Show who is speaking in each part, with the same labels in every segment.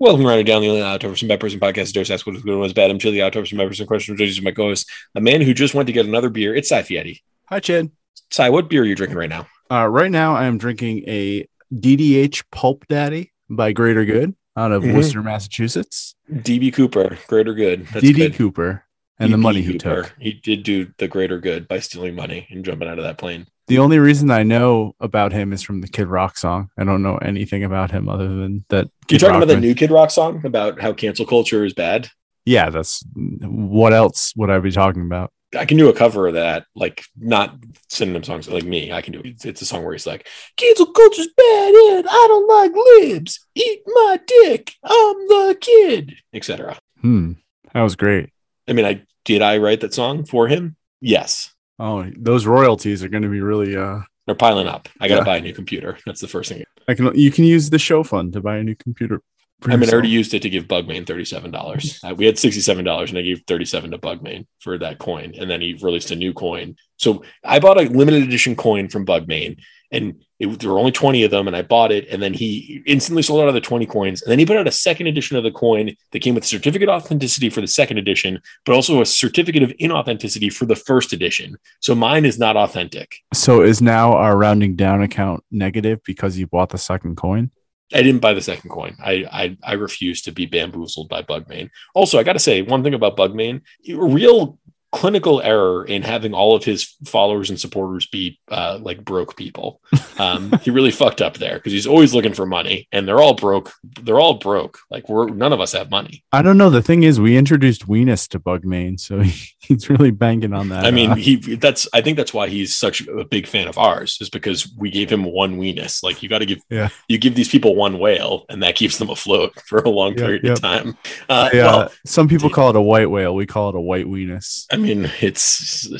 Speaker 1: Welcome, Runner Down, the only outdoors and peppers and podcast. Dare ask what is good and what is bad. I'm Chili Outdoors and peppers and questions. Judges my co-host, a man who just went to get another beer. It's Cy Fietti.
Speaker 2: Hi, Chad.
Speaker 1: Cy, what beer are you drinking right now?
Speaker 2: Uh, right now, I am drinking a DDH Pulp Daddy by Greater Good out of
Speaker 1: Mhm.
Speaker 2: Worcester, Massachusetts.
Speaker 1: DB Cooper, Greater Good. That's
Speaker 2: DD
Speaker 1: good.
Speaker 2: Cooper and the
Speaker 1: DB
Speaker 2: money he
Speaker 1: Cooper.
Speaker 2: took.
Speaker 1: He did do the greater good by stealing money and jumping out of that plane.
Speaker 2: The only reason I know about him is from the Kid Rock song. I don't know anything about him other than that.
Speaker 1: You
Speaker 2: Kid
Speaker 1: talking
Speaker 2: Rock
Speaker 1: about the
Speaker 2: was-
Speaker 1: new Kid Rock song about how cancel culture is bad?
Speaker 2: Yeah, that's what else would I be talking about?
Speaker 1: I can do a cover of that, like not synonym songs like me. I can do it. It's a song where he's like, "Cancel culture's bad, and I don't like libs. Eat my dick. I'm the kid," etc.
Speaker 2: Hmm, that was great.
Speaker 1: I mean, I did I write that song for him? Yes.
Speaker 2: Oh, those royalties are going to be really. uh
Speaker 1: They're piling up. I gotta
Speaker 2: Yeah.
Speaker 1: buy a new computer. That's the first thing.
Speaker 2: I can you can use the show fund to buy a new computer. for
Speaker 1: I mean, I already
Speaker 2: yourself.
Speaker 1: used it to give Bugmain thirty-seven dollars. Uh, We had sixty-seven dollars, and I gave thirty-seven to Bugmain for that coin. And then he released a new coin. So I bought a limited edition coin from Bugmain, and it, there were only twenty of them. And I bought it, and then he instantly sold out of the twenty coins. And then he put out a second edition of the coin that came with certificate of authenticity for the second edition, but also a certificate of inauthenticity for the first edition. So mine is not authentic.
Speaker 2: So is now our rounding down account negative because you bought the second coin?
Speaker 1: I didn't buy the second coin. I I, I refuse to be bamboozled by Bugmain. Also, I got to say one thing about Bugmain: real clinical error in having all of his followers and supporters be uh, like broke people. Um, he really fucked up there because he's always looking for money, and they're all broke. They're all broke. Like we're none of us have money.
Speaker 2: I don't know. The thing is, we introduced Weenus to Bugmain, so he's really banking on that.
Speaker 1: I mean,
Speaker 2: uh,
Speaker 1: he that's I think that's why he's such a big fan of ours is because we gave him one weenus. Like you got to give
Speaker 2: Yeah.
Speaker 1: you give these people one whale, and that keeps them afloat for a long
Speaker 2: Yep,
Speaker 1: period
Speaker 2: yep.
Speaker 1: of time. Uh,
Speaker 2: yeah,
Speaker 1: well,
Speaker 2: some people call it a white whale. We call it a white Weenus.
Speaker 1: I mean, it's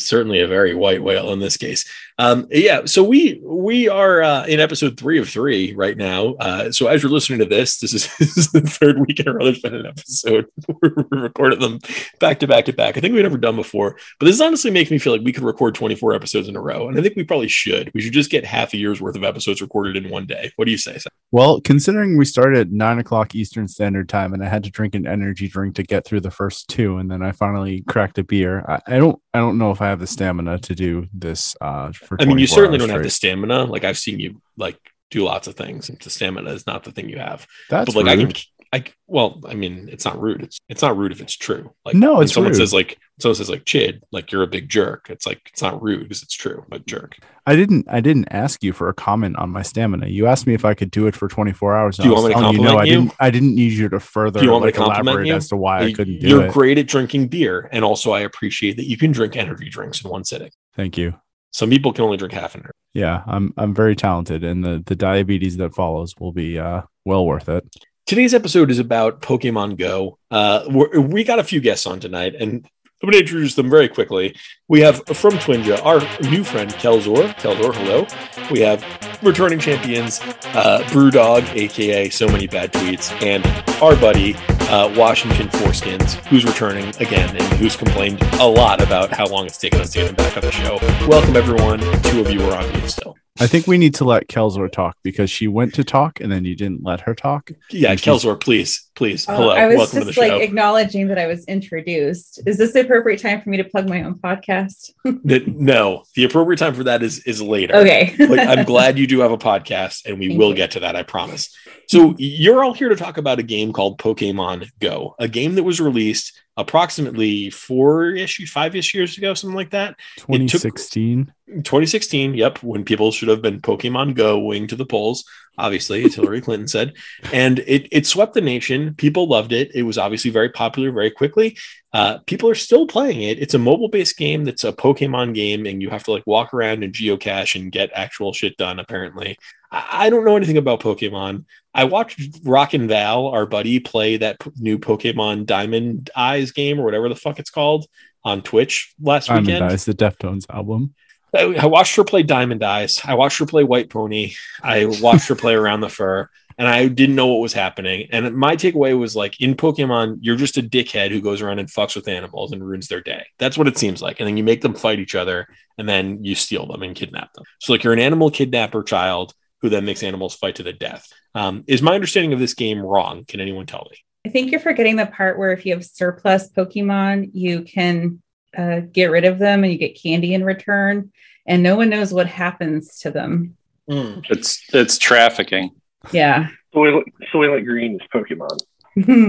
Speaker 1: certainly a very white whale in this case. Um, yeah, so we we are uh, in episode three of three right now. Uh, so as you're listening to this, this is, this is the third week in a row there's been an episode. we recorded them back to back to back. I think we've never done before, but this honestly makes me feel like we could record 24 episodes in a row, and I think we probably should. We should just get half a year's worth of episodes recorded in one day. What do you say? Sam?
Speaker 2: Well, considering we started at nine o'clock Eastern Standard Time, and I had to drink an energy drink to get through the first two, and then I finally cracked a beer. I, I don't, I don't know if I have the stamina to do this. Uh, for
Speaker 1: I mean, you
Speaker 2: 24
Speaker 1: certainly
Speaker 2: hours
Speaker 1: don't have the
Speaker 2: straight.
Speaker 1: stamina. Like I've seen you like do lots of things. and The stamina is not the thing you have.
Speaker 2: That's
Speaker 1: but like
Speaker 2: rude.
Speaker 1: I can, I c- well, I mean, it's not rude. It's it's not rude if it's true. Like
Speaker 2: No,
Speaker 1: when
Speaker 2: it's
Speaker 1: someone
Speaker 2: rude.
Speaker 1: says like someone says like Chid, like you're a big jerk. It's like it's not rude because it's true, but jerk.
Speaker 2: I didn't I didn't ask you for a comment on my stamina. You asked me if I could do it for 24 hours.
Speaker 1: Do you want me to
Speaker 2: I
Speaker 1: compliment you?
Speaker 2: didn't I didn't need you to further
Speaker 1: Do you want me
Speaker 2: like,
Speaker 1: to compliment
Speaker 2: elaborate
Speaker 1: you?
Speaker 2: as to why I
Speaker 1: You-
Speaker 2: couldn't do
Speaker 1: you're
Speaker 2: it.
Speaker 1: great at drinking beer, and also I appreciate that you can drink energy drinks in one sitting.
Speaker 2: Thank you.
Speaker 1: Some people can only drink half an hour.
Speaker 2: Yeah, I'm I'm very talented and the the diabetes that follows will be uh well worth it.
Speaker 1: Today's episode is about Pokemon Go. Uh, we're, we got a few guests on tonight, and I'm going to introduce them very quickly. We have from Twinja our new friend Kelzor. Kelzor, hello. We have returning champions uh, Brewdog, aka So Many Bad Tweets, and our buddy uh, Washington Foreskins, who's returning again and who's complained a lot about how long it's taken us to get him back on the show. Welcome everyone. Two of you are on mute still.
Speaker 2: I think we need to let Kelsor talk because she went to talk and then you didn't let her talk.
Speaker 1: Yeah,
Speaker 2: And she's-
Speaker 1: Kelzor, please, please,
Speaker 3: Uh,
Speaker 1: hello,
Speaker 3: I was
Speaker 1: welcome to the
Speaker 3: just
Speaker 1: show.
Speaker 3: like acknowledging that I was introduced. Is this the appropriate time for me to plug my own podcast?
Speaker 1: That- no, the appropriate time for that is is later.
Speaker 3: Okay.
Speaker 1: but I'm glad you do have a podcast, and we
Speaker 3: Thank
Speaker 1: will
Speaker 3: you.
Speaker 1: get to that, I promise. So you're all here to talk about a game called Pokemon Go, a game that was released approximately four ish, five ish years ago, something like that.
Speaker 2: 2016.
Speaker 1: 2016, yep, when people should have been Pokemon Go wing to the polls, obviously, as Hillary Clinton said. And it, it swept the nation. People loved it. It was obviously very popular very quickly. Uh, people are still playing it. It's a mobile based game that's a Pokemon game, and you have to like walk around and geocache and get actual shit done, apparently. I, I don't know anything about Pokemon. I watched Rock and Val, our buddy, play that p- new Pokemon Diamond Eyes game or whatever the fuck it's called on Twitch last
Speaker 2: Diamond
Speaker 1: weekend.
Speaker 2: Eyes, the Deftones album.
Speaker 1: I, I watched her play Diamond Eyes. I watched her play White Pony. I watched her play Around the Fur, and I didn't know what was happening. And my takeaway was like, in Pokemon, you're just a dickhead who goes around and fucks with animals and ruins their day. That's what it seems like. And then you make them fight each other, and then you steal them and kidnap them. So like, you're an animal kidnapper child. who then makes animals fight to the death. Um, is my understanding of this game wrong? Can anyone tell me?
Speaker 3: I think you're forgetting the part where if you have surplus Pokemon, you can uh, get rid of them and you get candy in return, and no one knows what happens to them.
Speaker 4: It's it's trafficking.
Speaker 3: Yeah.
Speaker 5: Soylent, Soylent Green is Pokemon.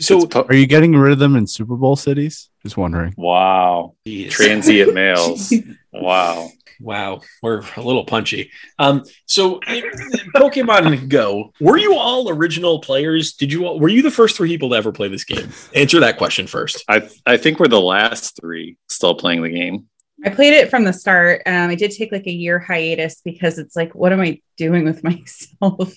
Speaker 1: So,
Speaker 4: It's po-
Speaker 2: Are you getting rid of them in Super Bowl cities? Just wondering.
Speaker 4: wow,
Speaker 1: Jeez.
Speaker 4: transient males. Wow.
Speaker 1: Wow, we're a little punchy. Um, so Pokemon Go, were you all original players? Did you all were you the first three people to ever play this game? Answer that question first.
Speaker 4: I I think we're the last three still playing the game.
Speaker 3: I played it from the start. Um, I did take like a year hiatus because it's like, what am I doing with myself?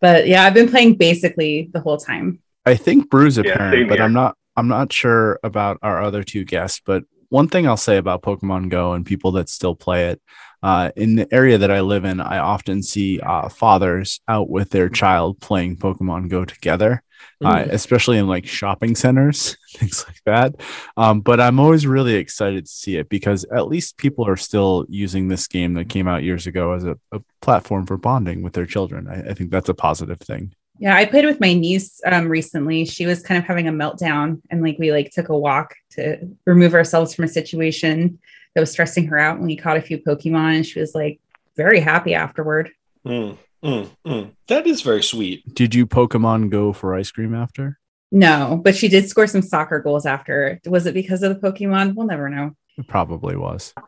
Speaker 3: But yeah, I've been playing basically the whole time.
Speaker 2: I think Brew's a
Speaker 5: Yeah,
Speaker 2: parent,
Speaker 5: same
Speaker 2: but
Speaker 5: here.
Speaker 2: I'm not. I'm not sure about our other two guests. But one thing I'll say about Pokemon Go and people that still play it, uh, in the area that I live in, I often see uh, fathers out with their child playing Pokemon Go together. uh, especially in like shopping centers, things like that. Um, but I'm always really excited to see it because at least people are still using this game that came out years ago as a, a platform for bonding with their children. I, I think that's a positive thing.
Speaker 3: Yeah, I played with my niece um, recently. She was kind of having a meltdown, and like we like took a walk to remove ourselves from a situation that was stressing her out. And we caught a few Pokemon, and she was like very happy afterward.
Speaker 1: Mm, mm, mm. That is very sweet.
Speaker 2: Did you Pokemon Go for ice cream after?
Speaker 3: No, but she did score some soccer goals after. Was it because of the Pokemon? We'll never know.
Speaker 2: It probably was.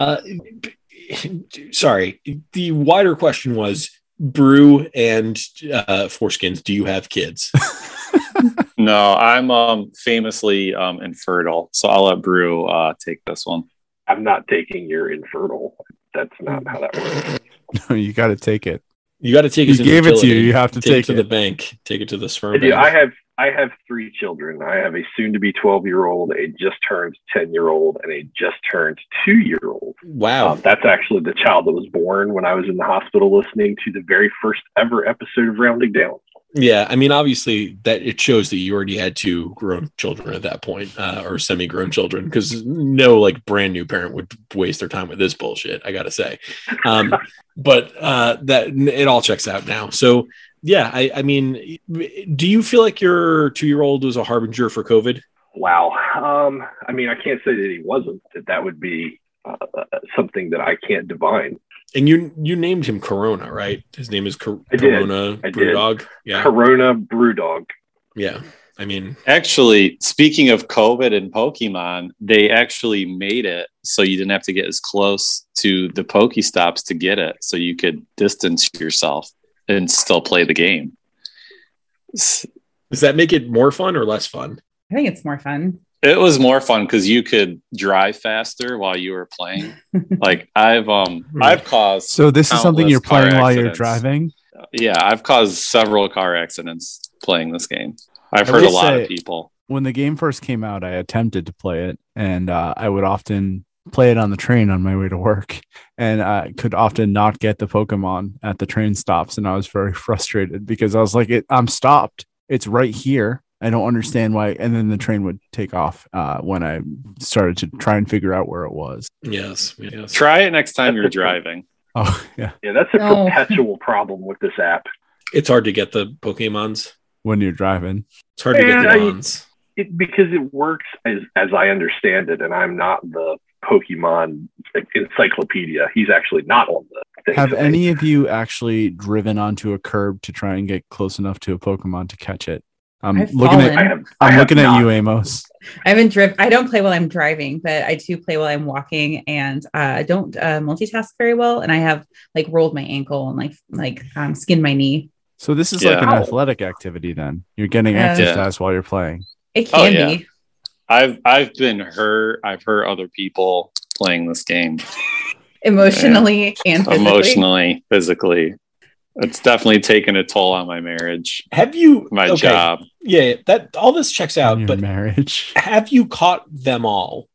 Speaker 1: Uh, sorry, the wider question was Brew and uh, Foreskins. Do you have kids?
Speaker 4: No, I'm um famously um infertile, so I'll let Brew uh take this one.
Speaker 5: I'm not taking your infertile. That's not how that works.
Speaker 2: No, you got to take it.
Speaker 1: You got to take.
Speaker 2: He
Speaker 1: his
Speaker 2: gave it to you.
Speaker 1: infertility.
Speaker 2: You have to
Speaker 1: Take,
Speaker 2: take,
Speaker 1: it to
Speaker 2: it.
Speaker 1: the bank. Take it to the sperm.
Speaker 5: I, do.
Speaker 1: bank.
Speaker 5: I have I have three children. I have a soon-to-be 12-year-old, a just turned 10-year-old, and a just turned two-year-old.
Speaker 1: wow.
Speaker 5: Um, that's actually the child that was born when I was in the hospital listening to the very first ever episode of Rounding Down.
Speaker 1: Yeah, I mean, obviously, that it shows that you already had two grown children at that point, uh, or semi-grown children, because no like brand new parent would waste their time with this bullshit. I gotta say, um, but uh, that it all checks out now. So yeah, I, I mean, do you feel like your two-year-old was a harbinger for COVID?
Speaker 5: Wow. Um, I mean, I can't say that he wasn't. That that would be uh, uh, something that I can't divine.
Speaker 1: And you you named him Corona, right? His name is Cor-
Speaker 5: I did.
Speaker 1: Corona
Speaker 5: I did.
Speaker 1: Brewdog. Yeah,
Speaker 5: Corona Brewdog.
Speaker 1: yeah. I mean,
Speaker 4: Actually, speaking of COVID and Pokemon, they actually made it so you didn't have to get as close to the Pokestops to get it, so you could distance yourself and still play the game. S-
Speaker 1: does that make it more fun or less fun?
Speaker 3: I think it's more fun.
Speaker 4: It was more fun because you could drive faster while you were playing. like I've um I've caused
Speaker 2: So this is something
Speaker 4: Countless
Speaker 2: you're
Speaker 4: car
Speaker 2: playing while you're
Speaker 4: accidents.
Speaker 2: driving.
Speaker 4: yeah I've caused several car accidents playing this game. I've
Speaker 2: I
Speaker 4: heard a
Speaker 2: will
Speaker 4: lot
Speaker 2: say-
Speaker 4: of people.
Speaker 2: when the game first came out, I attempted to play it, and uh, I would often play it on the train on my way to work, and I could often not get the Pokemon at the train stops, and I was very frustrated because I was like, it, "I'm stopped. It's right here. I don't understand why." And then the train would take off uh, when I started to try and figure out where it was.
Speaker 1: Yes, yes.
Speaker 4: Try it next time you're
Speaker 5: That's a-
Speaker 4: driving.
Speaker 2: Oh yeah,
Speaker 5: Yeah, that's a
Speaker 3: No.
Speaker 5: perpetual problem with this app.
Speaker 1: It's hard to get the Pokemons.
Speaker 2: when you're driving,
Speaker 1: It's hard to get
Speaker 5: And
Speaker 1: the
Speaker 5: I-
Speaker 1: bonds.
Speaker 5: It, because it works as as I understand it, and I'm not the Pokemon encyclopedia. He's actually not on the thing.
Speaker 2: have
Speaker 5: today.
Speaker 2: any of you actually driven onto a curb to try and get close enough to a Pokemon to catch it? I'm
Speaker 3: I've
Speaker 2: looking
Speaker 3: fallen.
Speaker 2: at
Speaker 5: I have. I
Speaker 2: I'm
Speaker 5: have
Speaker 2: looking at
Speaker 5: not.
Speaker 2: you, Amos.
Speaker 3: I haven't driven. I don't play while I'm driving, but I do play while I'm walking, and uh, I don't uh, multitask very well. And I have like rolled my ankle and like like um, skinned my knee.
Speaker 2: So this is like
Speaker 4: Yeah.
Speaker 2: an
Speaker 5: Ow.
Speaker 2: athletic activity then. You're getting
Speaker 3: Yeah.
Speaker 2: exercise while you're playing.
Speaker 3: It
Speaker 4: Oh,
Speaker 3: can
Speaker 4: yeah.
Speaker 3: be.
Speaker 4: I've I've been hurt. I've hurt other people playing this game
Speaker 3: emotionally and physically.
Speaker 4: emotionally, physically. It's definitely taken a toll on my marriage,
Speaker 1: Have you
Speaker 4: my
Speaker 1: okay,
Speaker 4: job.
Speaker 1: Yeah, that all this checks
Speaker 2: in
Speaker 1: out,
Speaker 2: your
Speaker 1: but
Speaker 2: marriage.
Speaker 1: have you caught them all?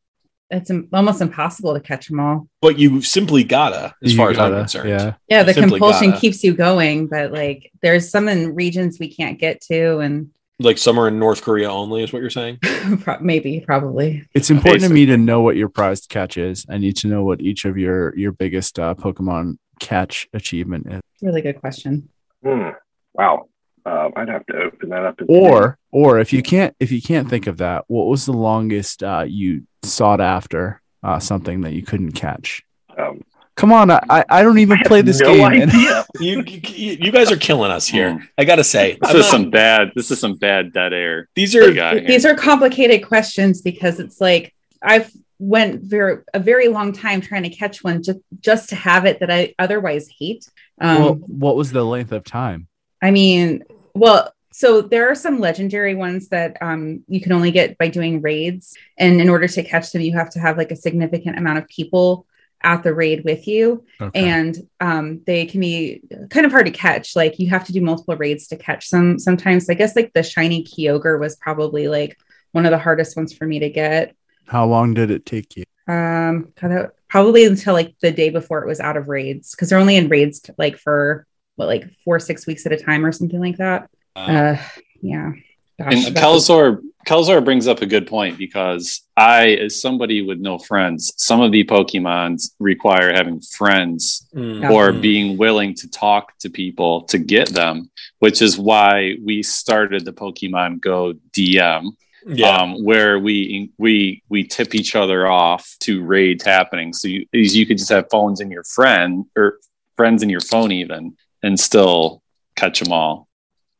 Speaker 3: It's im- almost impossible to catch them all.
Speaker 1: But you simply gotta, as
Speaker 2: You
Speaker 1: far as I'm
Speaker 2: gotta-
Speaker 1: concerned.
Speaker 2: Yeah.
Speaker 3: Yeah, the
Speaker 1: Simply
Speaker 3: compulsion
Speaker 1: gotta.
Speaker 3: keeps you going, but like there's some in regions we can't get to, and
Speaker 1: Like somewhere in North Korea only is what you're saying.
Speaker 3: pro- maybe probably.
Speaker 2: It's important to me to know what your prized catch is. I need to know what each of your your biggest uh, Pokemon catch achievement is.
Speaker 3: Really good question.
Speaker 5: Hmm. Wow. Uh, I'd have to open that up. and see.
Speaker 2: Or or if you can't if you can't think of that, what was the longest uh, you sought after uh, something that you couldn't catch?
Speaker 5: um,
Speaker 2: Come on, I I- I don't even play this
Speaker 5: no
Speaker 2: game. and-
Speaker 5: idea.
Speaker 1: You, you you guys are killing us here. I gotta say,
Speaker 4: Hmm. This
Speaker 1: I'm
Speaker 4: is
Speaker 1: not-
Speaker 4: some bad. This is some bad dead air.
Speaker 1: these
Speaker 4: They
Speaker 1: are
Speaker 4: got here.
Speaker 3: These are complicated questions because it's like I've went very a very long time trying to catch one just just to have it that I otherwise hate. Um,
Speaker 2: well, what was the length of time?
Speaker 3: I mean, well, so there are some legendary ones that um, you can only get by doing raids. And in order to catch them, you have to have like a significant amount of people at the raid with you. And um, they can be kind of hard to catch. Like you have to do multiple raids to catch some sometimes. I guess like the shiny Kyogre was probably like one of the hardest ones for me to get.
Speaker 2: How long did it take you?
Speaker 3: Um, God, that- probably until like the day before it was out of raids because they're only in raids like for what, like four, six weeks at a time or something like that. Uh, yeah. Gosh,
Speaker 4: And
Speaker 3: that's-
Speaker 4: Kelzor Kelzor brings up a good point because I, as somebody with no friends, some of the Pokemons require having friends
Speaker 1: mm,
Speaker 4: or
Speaker 1: mm.
Speaker 4: being willing to talk to people to get them, which is why we started the Pokemon Go DM,
Speaker 1: yeah.
Speaker 4: um, where we we we tip each other off to raids happening. So you is you could just have phones in your friend or friends in your phone even, and still catch them all.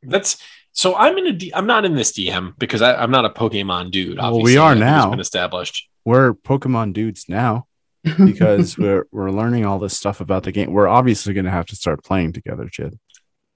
Speaker 1: That's so. I'm in a. D, I'm not in this DM because I, I'm not a Pokemon dude.
Speaker 2: Well,
Speaker 1: Obviously,
Speaker 2: we are
Speaker 1: I think it's
Speaker 2: now.
Speaker 1: Been established.
Speaker 2: We're Pokemon dudes now because we're we're learning all this stuff about the game. We're obviously going to have to start playing together, Jid.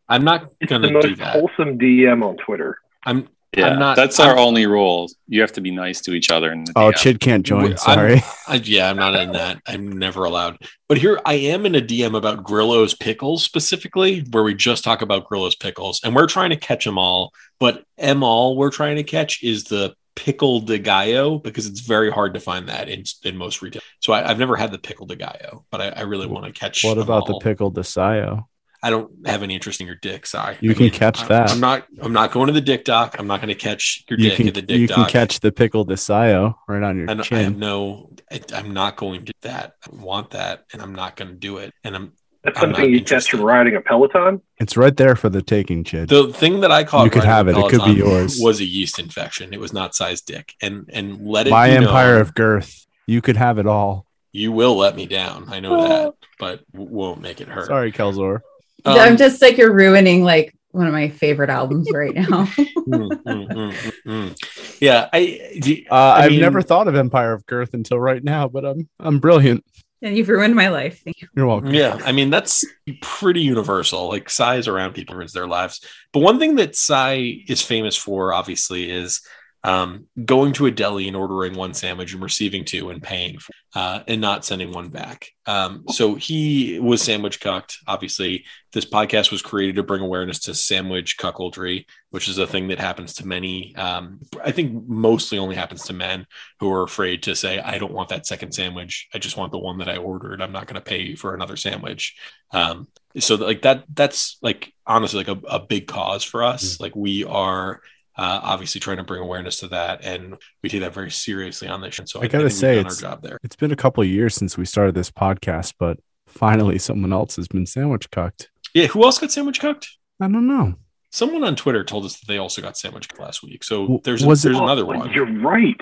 Speaker 1: I'm not
Speaker 5: It's the
Speaker 1: gonna do
Speaker 5: most
Speaker 1: that.
Speaker 5: wholesome DM on Twitter.
Speaker 1: I'm.
Speaker 4: Yeah,
Speaker 1: I'm not-
Speaker 4: that's
Speaker 1: I'm-
Speaker 4: our only rule. You have to be nice to each other. In the
Speaker 2: Oh,
Speaker 4: DM.
Speaker 2: Chid can't join.
Speaker 1: I'm-
Speaker 2: sorry.
Speaker 1: I, yeah, I'm not in that. I'm never allowed. But here I am in a DM about Grillo's pickles specifically, where we just talk about Grillo's pickles, and we're trying to catch them all. But M all we're trying to catch is the pickle de gallo because it's very hard to find that in in most retail. So I, I've never had the pickle de gallo, but I, I really want to catch.
Speaker 2: What
Speaker 1: them
Speaker 2: about the
Speaker 1: all.
Speaker 2: pickle Desio?
Speaker 1: I don't have any interest in your dick. Sorry,
Speaker 2: You
Speaker 1: I
Speaker 2: can catch
Speaker 1: I-
Speaker 2: that.
Speaker 1: I'm not. I'm not going to the dick doc. I'm not going to catch your
Speaker 2: You
Speaker 1: dick
Speaker 2: can
Speaker 1: at the dick
Speaker 2: you
Speaker 1: doc.
Speaker 2: can catch the pickle Desio right on your
Speaker 1: I, don't- I have
Speaker 2: chin.
Speaker 1: no. I, I'm not going to do that. I want that, and I'm not going to do it. And I'm
Speaker 5: That's
Speaker 1: I'm not
Speaker 5: something you catch
Speaker 1: interested.
Speaker 5: from riding a Peloton.
Speaker 2: It's right there for the taking, Chid.
Speaker 1: the thing that I caught.
Speaker 2: You could
Speaker 1: riding
Speaker 2: have
Speaker 1: the
Speaker 2: it. It could be
Speaker 1: Peloton
Speaker 2: yours.
Speaker 1: Was a yeast infection. It was not size dick. And and let it.
Speaker 2: My
Speaker 1: be
Speaker 2: empire
Speaker 1: known,
Speaker 2: of girth. You could have it all.
Speaker 1: You will let me down. I know that, but w- won't make it hurt.
Speaker 2: Sorry, Kelzor.
Speaker 1: Um,
Speaker 3: I'm just like you're ruining like one of my favorite albums right now.
Speaker 1: mm, mm, mm, mm, mm. Yeah. I. the-
Speaker 2: Uh, I've
Speaker 1: mean-
Speaker 2: never thought of empire of girth until right now, but I'm I'm brilliant.
Speaker 3: and you've ruined my life. Thank you.
Speaker 2: You're welcome.
Speaker 1: Yeah, I mean that's pretty universal. Like size around people ruins their lives. But one thing that Psy is famous for, obviously, is um, going to a deli and ordering one sandwich and receiving two and paying for, uh, and not sending one back. Um, so he was sandwich cucked. Obviously, this podcast was created to bring awareness to sandwich cuckoldry, which is a thing that happens to many. Um, I think mostly only happens to men who are afraid to say, I don't want that second sandwich. I just want the one that I ordered. I'm not going to pay you for another sandwich. Um, so like that, that's like honestly like a, a big cause for
Speaker 2: Mm.
Speaker 1: us. Like we are uh, obviously trying to bring awareness to that, and we take that very seriously on this. show. so
Speaker 2: I gotta
Speaker 1: think we've
Speaker 2: say,
Speaker 1: done our
Speaker 2: it's-
Speaker 1: job there.
Speaker 2: It's been a couple of years since we started this podcast, but finally someone else has been sandwich cooked.
Speaker 1: Yeah, who else got sandwich cooked?
Speaker 2: I don't know.
Speaker 1: Someone on Twitter told us that they also got sandwich cooked last week. So
Speaker 2: W-
Speaker 1: there's
Speaker 2: was it-
Speaker 1: there's
Speaker 5: Oh,
Speaker 1: another one.
Speaker 5: You're right.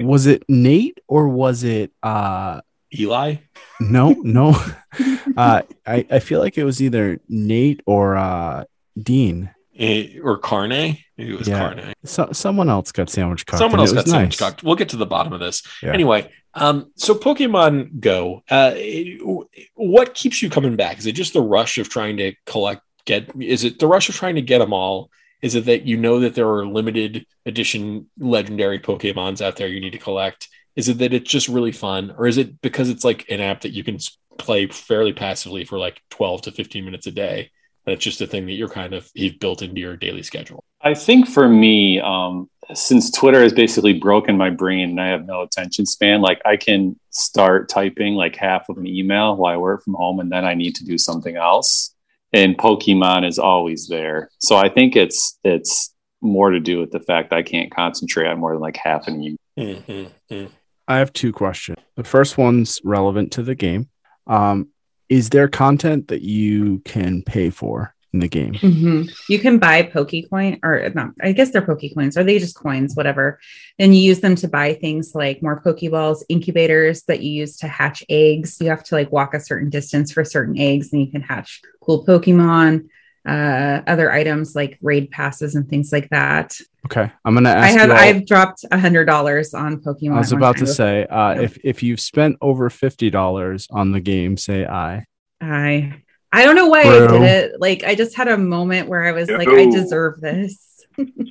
Speaker 2: Was it Nate or was it uh
Speaker 1: Eli.
Speaker 2: no, no. uh I, I feel like it was either Nate or uh Dean.
Speaker 1: eh, Or Carne, Maybe it was
Speaker 2: Yeah.
Speaker 1: Carne.
Speaker 2: So, someone else got sandwich cooked.
Speaker 1: Someone
Speaker 2: and
Speaker 1: else
Speaker 2: it was
Speaker 1: got sandwich
Speaker 2: nice.
Speaker 1: cocked. We'll get to the bottom of this.
Speaker 2: Yeah.
Speaker 1: Anyway, um, so Pokemon Go, uh, what keeps you coming back? Is it just the rush of trying to collect, get, is it the rush of trying to get them all? Is it that you know that there are limited edition legendary Pokemons out there you need to collect? Is it that it's just really fun? Or is it because it's like an app that you can s- play fairly passively for like 12 to 15 minutes a day? And it's just a thing that you're kind of, you've built into your daily schedule.
Speaker 4: I think for me, um, since Twitter has basically broken my brain and I have no attention span, like I can start typing like half of an email while I work from home and then I need to do something else. And Pokemon is always there. So I think it's it's more to do with the fact I can't concentrate on more than like half an email.
Speaker 1: Mm-hmm.
Speaker 2: I have two questions. The first one's relevant to the game. Um, is there content that you can pay for in the game?
Speaker 3: Mhm. You can buy Pokecoin or not, I guess they're Pokecoins. Are they just coins, whatever? And you use them to buy things like more Pokeballs, incubators that you use to hatch eggs. You have to like walk a certain distance for certain eggs and you can hatch cool Pokemon, uh, other items like raid passes and things like that.
Speaker 2: Okay, I'm gonna
Speaker 3: I
Speaker 2: ask.
Speaker 3: have
Speaker 2: you all-
Speaker 3: I've dropped a hundred dollars on Pokemon.
Speaker 2: I was
Speaker 3: at one
Speaker 2: about to
Speaker 3: time.
Speaker 2: say, uh,
Speaker 3: Yep.
Speaker 2: if if you've spent over fifty dollars on the game, say I.
Speaker 3: I I don't know why I
Speaker 2: Bro.
Speaker 3: did it. Like I just had a moment where I was like, I
Speaker 5: Yo.
Speaker 3: deserve this.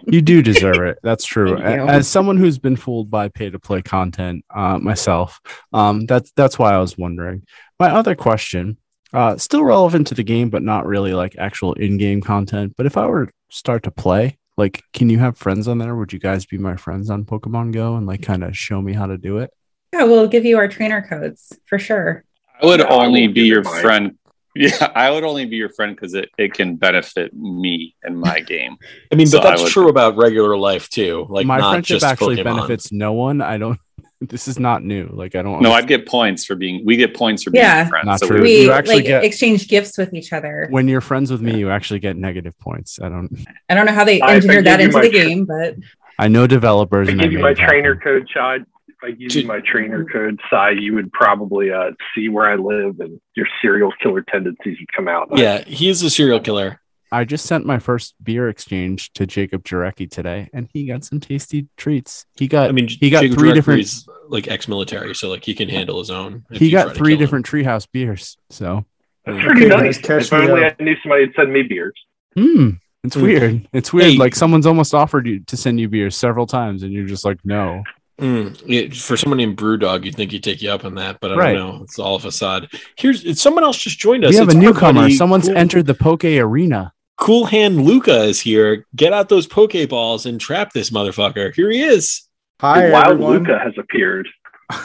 Speaker 2: You do deserve it. That's true.
Speaker 3: Thank you.
Speaker 2: A- As someone who's been fooled by pay to play content uh, myself, um, that's that's why I was wondering. My other question, uh, still relevant to the game, but not really like actual in game content. But if I were to start to play, like, can you have friends on there? Would you guys be my friends on Pokemon Go and like kind of show me how to do it?
Speaker 3: Yeah, we'll give you our trainer codes for sure.
Speaker 4: I would
Speaker 5: Yeah, I
Speaker 4: only
Speaker 5: won't
Speaker 4: be
Speaker 5: give
Speaker 4: your
Speaker 5: it mine.
Speaker 4: friend. Yeah, I would only be your friend because it, it can benefit me and my game.
Speaker 1: I mean,
Speaker 4: So
Speaker 1: but
Speaker 4: I
Speaker 1: that's
Speaker 4: would-
Speaker 1: true about regular life too. Like
Speaker 2: My
Speaker 1: not
Speaker 2: friendship
Speaker 1: just
Speaker 2: actually
Speaker 1: Pokemon.
Speaker 2: benefits no one. I don't. This is not new. Like, I don't.
Speaker 4: No, I'd get points for being. We get points for being
Speaker 3: Yeah.
Speaker 4: friends.
Speaker 2: Not
Speaker 4: so
Speaker 2: true.
Speaker 4: we would-
Speaker 3: We
Speaker 2: you actually
Speaker 3: like
Speaker 2: get-
Speaker 3: exchange gifts with each other.
Speaker 2: when you're friends with me, you actually get negative points. I don't.
Speaker 3: I don't know how they
Speaker 5: I
Speaker 3: engineered
Speaker 5: forgive
Speaker 3: that
Speaker 5: you
Speaker 3: into
Speaker 5: my
Speaker 3: the
Speaker 5: tr-
Speaker 3: game, but
Speaker 2: I know developers.
Speaker 5: I
Speaker 2: and
Speaker 5: give you
Speaker 2: made
Speaker 5: my
Speaker 2: it
Speaker 5: trainer
Speaker 2: happen.
Speaker 5: code, Chad. If I give you
Speaker 1: Dude.
Speaker 5: my trainer code, Sai, you would probably uh, see where I live and your serial killer tendencies would come out.
Speaker 1: Yeah, he is a serial killer.
Speaker 2: I just sent my first beer exchange to Jacob Jarecki today, and he got some tasty treats. He got
Speaker 1: I mean,
Speaker 2: he got
Speaker 1: Jacob
Speaker 2: three
Speaker 1: Drucker
Speaker 2: different
Speaker 1: is, like ex-military, so like he can handle his own. if
Speaker 2: he
Speaker 1: you try
Speaker 2: got
Speaker 1: to kill
Speaker 2: three
Speaker 1: him.
Speaker 2: different treehouse beers. So
Speaker 5: That's pretty
Speaker 6: Okay,
Speaker 5: nice.
Speaker 6: guys, catch
Speaker 5: If
Speaker 6: me
Speaker 5: only
Speaker 6: up.
Speaker 5: I knew somebody had send me beers.
Speaker 2: hmm, it's
Speaker 1: Mm.
Speaker 2: weird. It's weird.
Speaker 1: Hey.
Speaker 2: Like someone's almost offered you to send you beers several times, and you're just like, no.
Speaker 1: Mm, it, for someone named Brewdog, you'd think he'd take you up on that, but I
Speaker 2: Right.
Speaker 1: don't know. It's all a facade. Here's it's- someone else just joined us.
Speaker 2: we have a
Speaker 1: It's our
Speaker 2: newcomer.
Speaker 1: buddy,
Speaker 2: Someone's
Speaker 1: cool,
Speaker 2: entered the Poke Arena.
Speaker 1: cool Hand Luca is here. Get out those Pokeballs and trap this motherfucker. Here he is.
Speaker 6: Hi,
Speaker 5: Wild
Speaker 6: everyone.
Speaker 5: Luca has appeared.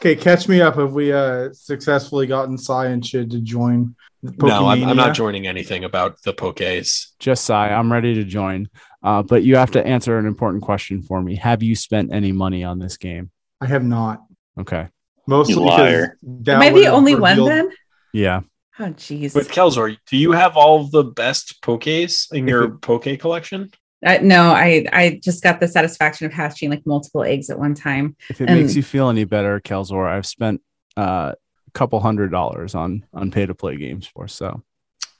Speaker 6: okay, catch me up. Have we uh, successfully gotten Sai and Chid to join? the
Speaker 1: No, I'm, I'm not
Speaker 6: Pokemania?
Speaker 1: joining anything about the Pokes.
Speaker 2: Just sigh. I'm ready to join. Uh, but you have to answer an important question for me. Have you spent any money on this game?
Speaker 6: I have not.
Speaker 2: Okay.
Speaker 6: Mostly
Speaker 4: You
Speaker 6: because
Speaker 4: liar.
Speaker 6: that
Speaker 3: am I
Speaker 6: would
Speaker 3: the
Speaker 6: have
Speaker 3: only one
Speaker 6: revealed-
Speaker 3: then?
Speaker 2: Yeah.
Speaker 3: Oh jeez.
Speaker 1: With Kelzor, do you have all of the best Pokes in your Poke collection?
Speaker 3: Uh, no, I I just got the satisfaction of hatching like multiple eggs at one time.
Speaker 2: If it
Speaker 3: And-
Speaker 2: makes you feel any better, Kelzor, I've spent uh, a couple hundred dollars on on pay to play games for so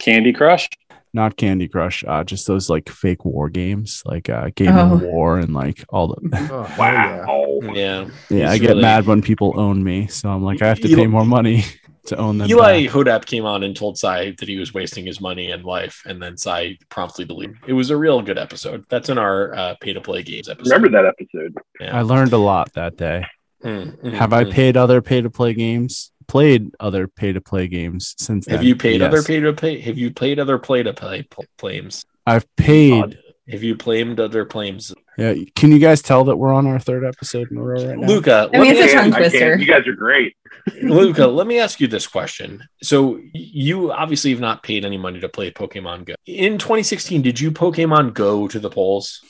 Speaker 4: Candy Crush.
Speaker 2: not Candy Crush, uh, just those like fake war games, like uh, Game
Speaker 3: Oh.
Speaker 2: of War and like all the.
Speaker 6: Oh, hell yeah. Mm.
Speaker 5: Wow.
Speaker 1: Yeah.
Speaker 2: yeah, I
Speaker 1: It's
Speaker 2: get
Speaker 1: really-
Speaker 2: mad when people own me, so I'm like, I have to
Speaker 1: Eli-
Speaker 2: pay more money to own them.
Speaker 1: Eli
Speaker 2: back.
Speaker 1: Hodap came on and told Sai that he was wasting his money and life, and then Sai promptly deleted. It was a real good episode. That's in our uh, pay to play games episode.
Speaker 5: Remember that episode?
Speaker 1: Yeah.
Speaker 2: I learned a lot that day.
Speaker 1: Mm, mm,
Speaker 2: Have I
Speaker 1: mm.
Speaker 2: paid other pay to play games? Played other pay to play games since then?
Speaker 1: Have you paid other
Speaker 2: Yes.
Speaker 1: pay to play? Have you played other play to play claims?
Speaker 2: I've paid.
Speaker 1: Have you claimed other claims?
Speaker 2: Yeah. Can you guys tell that we're on our third episode in a row right now?
Speaker 1: Luca,
Speaker 3: I mean,
Speaker 1: let
Speaker 3: it's a
Speaker 1: me-
Speaker 3: tongue
Speaker 5: I can't.
Speaker 3: twister.
Speaker 5: You guys are great.
Speaker 1: Luca, let me ask you this question. So you obviously have not paid any money to play Pokemon Go. In 2016, did you Pokemon Go to the polls?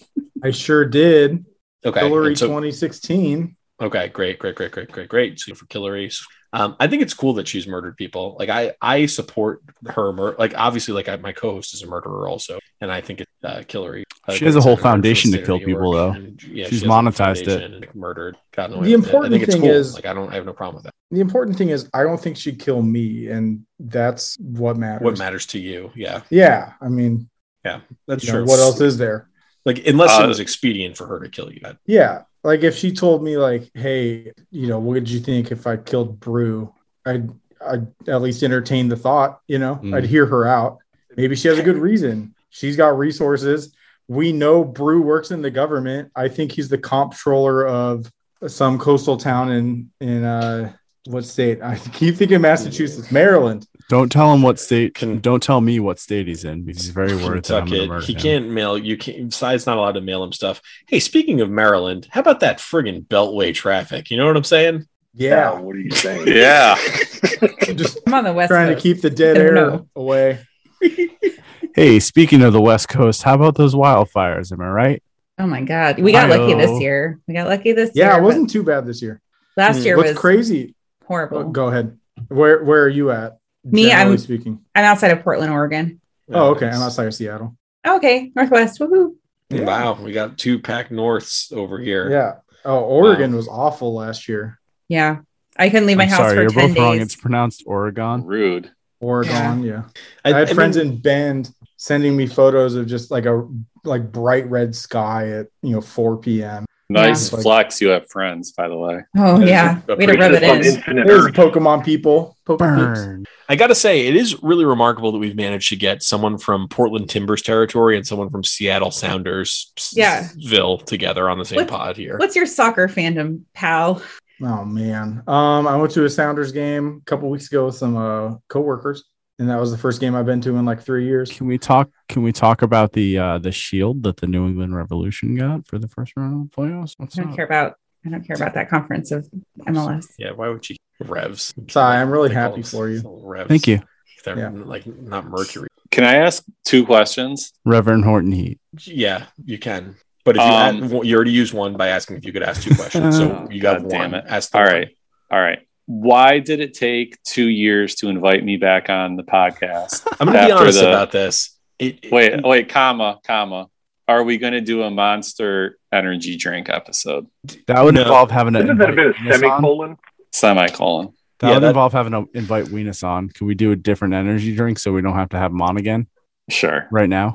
Speaker 6: I sure did.
Speaker 1: Okay.
Speaker 6: Hillary
Speaker 1: and so-
Speaker 6: 2016.
Speaker 1: Okay, great, great, great, great, great, great. So for Hillary, um, I think it's cool that she's murdered people. Like I, I support her. Mur- like obviously, like I, my co-host is a murderer also, and I think it's uh, Hillary.
Speaker 2: She has a whole foundation to kill people, though. She's monetized it.
Speaker 1: it. Murdered. Gotten
Speaker 6: The
Speaker 1: away with it.
Speaker 6: important
Speaker 1: I think it's
Speaker 6: thing
Speaker 1: cool.
Speaker 6: is-
Speaker 1: like I don't I have no problem with that.
Speaker 6: The important thing is, I don't think she'd kill me, and that's what matters.
Speaker 1: What matters to you? Yeah,
Speaker 6: Yeah, I mean,
Speaker 1: that's
Speaker 6: you know,
Speaker 1: true.
Speaker 6: what else is there?
Speaker 1: Like unless
Speaker 4: Uh,
Speaker 1: it was expedient for her to kill you. That,
Speaker 6: Yeah. Like if she told me like, hey, you know, what did you think if I killed Brew? I'd I'd at least entertain the thought, you know,
Speaker 2: Mm.
Speaker 6: I'd hear her out. Maybe she has a good reason. She's got resources. We know Brew works in the government. I think he's the comptroller of some coastal town in in uh what state? I keep thinking Massachusetts, Maryland.
Speaker 2: Don't tell him what state.
Speaker 1: Can-
Speaker 2: don't tell me what state he's in because he's very worried that I'm
Speaker 1: Tuck
Speaker 2: going to
Speaker 1: it.
Speaker 2: murder
Speaker 1: He
Speaker 2: him.
Speaker 1: can't mail you. Can't. Si's not allowed to mail him stuff. Hey, speaking of Maryland, how about that friggin' Beltway traffic? You know what I'm saying?
Speaker 6: Yeah.
Speaker 5: Wow, what are you saying?
Speaker 4: Yeah.
Speaker 6: Just
Speaker 3: I'm on the west
Speaker 6: trying to
Speaker 3: Coast.
Speaker 6: keep the dead
Speaker 3: Never
Speaker 6: air
Speaker 3: know.
Speaker 6: away.
Speaker 2: Hey, speaking of the West Coast, how about those wildfires? Am I right?
Speaker 3: Oh my god, we got lucky
Speaker 2: Hi-yo.
Speaker 3: this year. We got lucky this year.
Speaker 6: Yeah, it
Speaker 3: but
Speaker 6: wasn't too bad this year.
Speaker 3: last year
Speaker 6: What's
Speaker 3: was
Speaker 6: crazy
Speaker 3: horrible.
Speaker 6: Go ahead. Oh, Where where are you at?
Speaker 3: Me,
Speaker 6: generally
Speaker 3: I'm-
Speaker 6: speaking.
Speaker 3: I'm outside of Portland, Oregon.
Speaker 6: Oh, okay. I'm outside of Seattle.
Speaker 3: Okay, Northwest. Woohoo.
Speaker 6: Yeah.
Speaker 1: Wow, we got two pack norths over here.
Speaker 6: Yeah. Oh, Oregon was awful last year.
Speaker 3: Yeah. I couldn't leave my
Speaker 2: I'm
Speaker 3: house
Speaker 2: sorry,
Speaker 3: for
Speaker 2: you're
Speaker 3: 10
Speaker 2: both
Speaker 3: days.
Speaker 2: wrong. It's pronounced Oregon.
Speaker 4: Rude.
Speaker 6: Oregon, yeah.
Speaker 1: I,
Speaker 6: I had
Speaker 1: I mean,
Speaker 6: friends in Bend sending me photos of just like a like bright red sky at you know 4 p.m.
Speaker 4: Nice
Speaker 6: Yeah.
Speaker 4: flex. You have friends, by the way.
Speaker 3: oh,
Speaker 4: It's
Speaker 3: yeah.
Speaker 4: a- a
Speaker 3: Way to
Speaker 4: pretty
Speaker 3: rub it
Speaker 5: Just on
Speaker 3: in.
Speaker 4: different-
Speaker 5: Infinite
Speaker 6: There's
Speaker 5: Earth.
Speaker 6: Pokemon people. Pokemon
Speaker 2: Burn.
Speaker 1: I gotta say, it is really remarkable that we've managed to get someone from Portland Timbers territory and someone from Seattle Sounders
Speaker 3: Yeah.
Speaker 1: ville together on the same
Speaker 3: What-
Speaker 1: pod here.
Speaker 3: What's your soccer fandom, pal?
Speaker 6: Oh man. Um, I went to a Sounders game a couple weeks ago with some uh coworkers, and that was the first game I've been to in like three years.
Speaker 2: Can we talk? Can we talk about the uh, the shield that the New England Revolution got for the first round of the playoffs? What's
Speaker 3: I don't
Speaker 2: up?
Speaker 3: care about I don't care about that conference of MLS.
Speaker 1: Yeah, why would you revs?
Speaker 6: Sorry, I'm really
Speaker 1: They call them
Speaker 6: happy for you.
Speaker 1: Revs.
Speaker 2: Thank you,
Speaker 1: They're
Speaker 6: Yeah.
Speaker 1: like not mercury.
Speaker 4: Can I ask two questions?
Speaker 2: Reverend Horton Heat.
Speaker 1: Yeah, you can. But if you
Speaker 4: Um,
Speaker 1: add, you already used one by asking if you could ask two questions, so you got
Speaker 4: God
Speaker 1: one.
Speaker 4: damn it.
Speaker 1: Ask the
Speaker 4: All
Speaker 1: one.
Speaker 4: right. All right. Why did it take two years to invite me back on the podcast?
Speaker 1: I'm gonna be
Speaker 4: After
Speaker 1: honest
Speaker 4: the-
Speaker 1: about this. It,
Speaker 4: wait, wait, comma, comma. Are we going to do a monster energy drink episode?
Speaker 2: That would
Speaker 1: No.
Speaker 2: involve having an
Speaker 5: Isn't that a bit of
Speaker 2: invite Venus on.
Speaker 5: semicolon?
Speaker 4: Semicolon.
Speaker 2: That
Speaker 1: Yeah,
Speaker 2: would
Speaker 1: that-
Speaker 2: involve having to invite Weenus on. Can we do a different energy drink so we don't have to have him on again
Speaker 4: Sure.
Speaker 2: right now?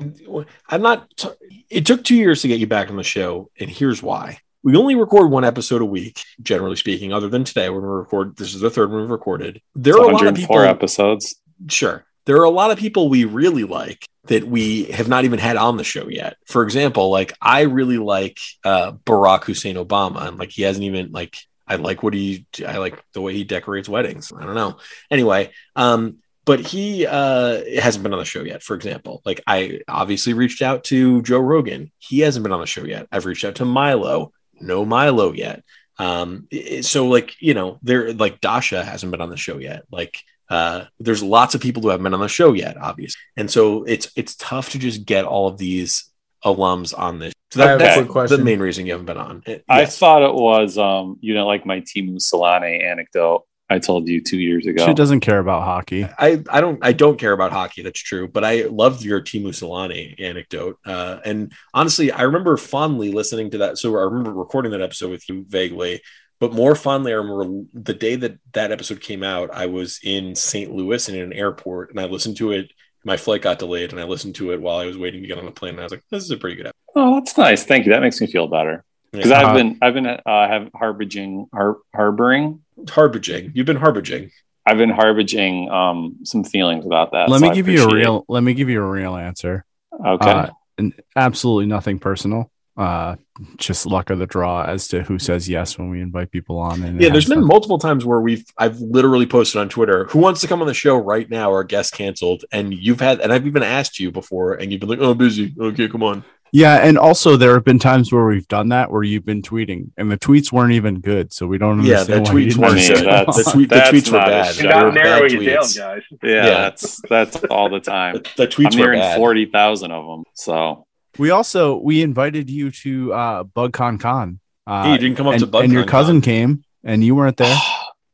Speaker 1: I'm not. T- it took two years to get you back on the show, and here's why. We only record one episode a week, generally speaking. Other than today, when we record, this is the third one we've recorded. There
Speaker 4: It's
Speaker 1: are a lot of people.
Speaker 4: 104 episodes.
Speaker 1: Sure, there are a lot of people we really like that we have not even had on the show yet. For example, like I really like uh, Barack Hussein Obama, and like he hasn't even like I like what he I like the way he decorates weddings. I don't know. Anyway, um, but he uh hasn't been on the show yet for example like i obviously reached out to joe rogan he hasn't been on the show yet i've reached out to milo no milo yet um i- so like you know there like dasha hasn't been on the show yet like uh there's lots of people who haven't been on the show yet obviously and so it's it's tough to just get all of these alums on this so
Speaker 6: I have
Speaker 1: that,
Speaker 6: a
Speaker 1: that's
Speaker 6: quick
Speaker 1: the
Speaker 6: question.
Speaker 1: main reason you haven't been on It-
Speaker 4: I
Speaker 1: yes.
Speaker 4: thought it was, um, you know, like my Timu Solane anecdote I told you two years ago.
Speaker 2: She doesn't care about hockey.
Speaker 1: I, I don't I don't care about hockey. That's true, but I loved your Timu Solani anecdote. Uh, and honestly, I remember fondly listening to that. So I remember recording that episode with you vaguely, but more fondly, I remember the day that that episode came out. I was in St. Louis and in an airport, and I listened to it. My flight got delayed, and I listened to it while I was waiting to get on the plane. And I was like, "This is a pretty good episode."
Speaker 4: Oh, that's nice. Thank you. That makes me feel better because
Speaker 2: Uh,
Speaker 4: I've been, I've been, uh, have harbinging, har- harboring.
Speaker 1: harbinging. You've been harbinging.
Speaker 4: I've been harbinging um, some feelings about that.
Speaker 2: let
Speaker 4: so
Speaker 2: me
Speaker 4: I
Speaker 2: give you a
Speaker 4: appreciate it.
Speaker 2: real. Let me give you a real answer.
Speaker 4: Okay.
Speaker 2: Uh, and absolutely nothing personal. Uh, just luck of the draw as to who says yes when we invite people on. And it
Speaker 1: Yeah, there's
Speaker 2: has
Speaker 1: been
Speaker 2: nothing-
Speaker 1: multiple times where we've I've literally posted on Twitter, who wants to come on the show right now or guest canceled? And you've had and I've even asked you before and you've been like, Oh, I'm busy. Okay, come on.
Speaker 2: Yeah, and also there have been times where we've done that where you've been tweeting and the tweets weren't even good, Mm, so we don't
Speaker 1: Yeah,
Speaker 2: understand.
Speaker 1: the
Speaker 2: why you
Speaker 1: tweets
Speaker 2: didn't
Speaker 1: weren't
Speaker 2: invite
Speaker 1: good.
Speaker 2: them
Speaker 4: That's-
Speaker 1: The,
Speaker 2: on.
Speaker 1: tweet, the
Speaker 4: That's
Speaker 1: tweets were
Speaker 4: not a
Speaker 1: bad.
Speaker 4: shame.
Speaker 5: You're
Speaker 1: They were
Speaker 5: not
Speaker 1: bad
Speaker 5: narrowing it down,
Speaker 1: tweets.
Speaker 5: guys.
Speaker 4: yeah,
Speaker 1: yeah.
Speaker 4: that's that's all the time.
Speaker 1: The
Speaker 4: I'm
Speaker 1: tweets were
Speaker 4: nearing
Speaker 1: bad.
Speaker 4: forty thousand of them. So
Speaker 2: We also we invited you to uh BugCon Con. Uh,
Speaker 1: Hey, you didn't come up
Speaker 2: and,
Speaker 1: to Bug
Speaker 2: and your
Speaker 1: Con.
Speaker 2: cousin came and you weren't there.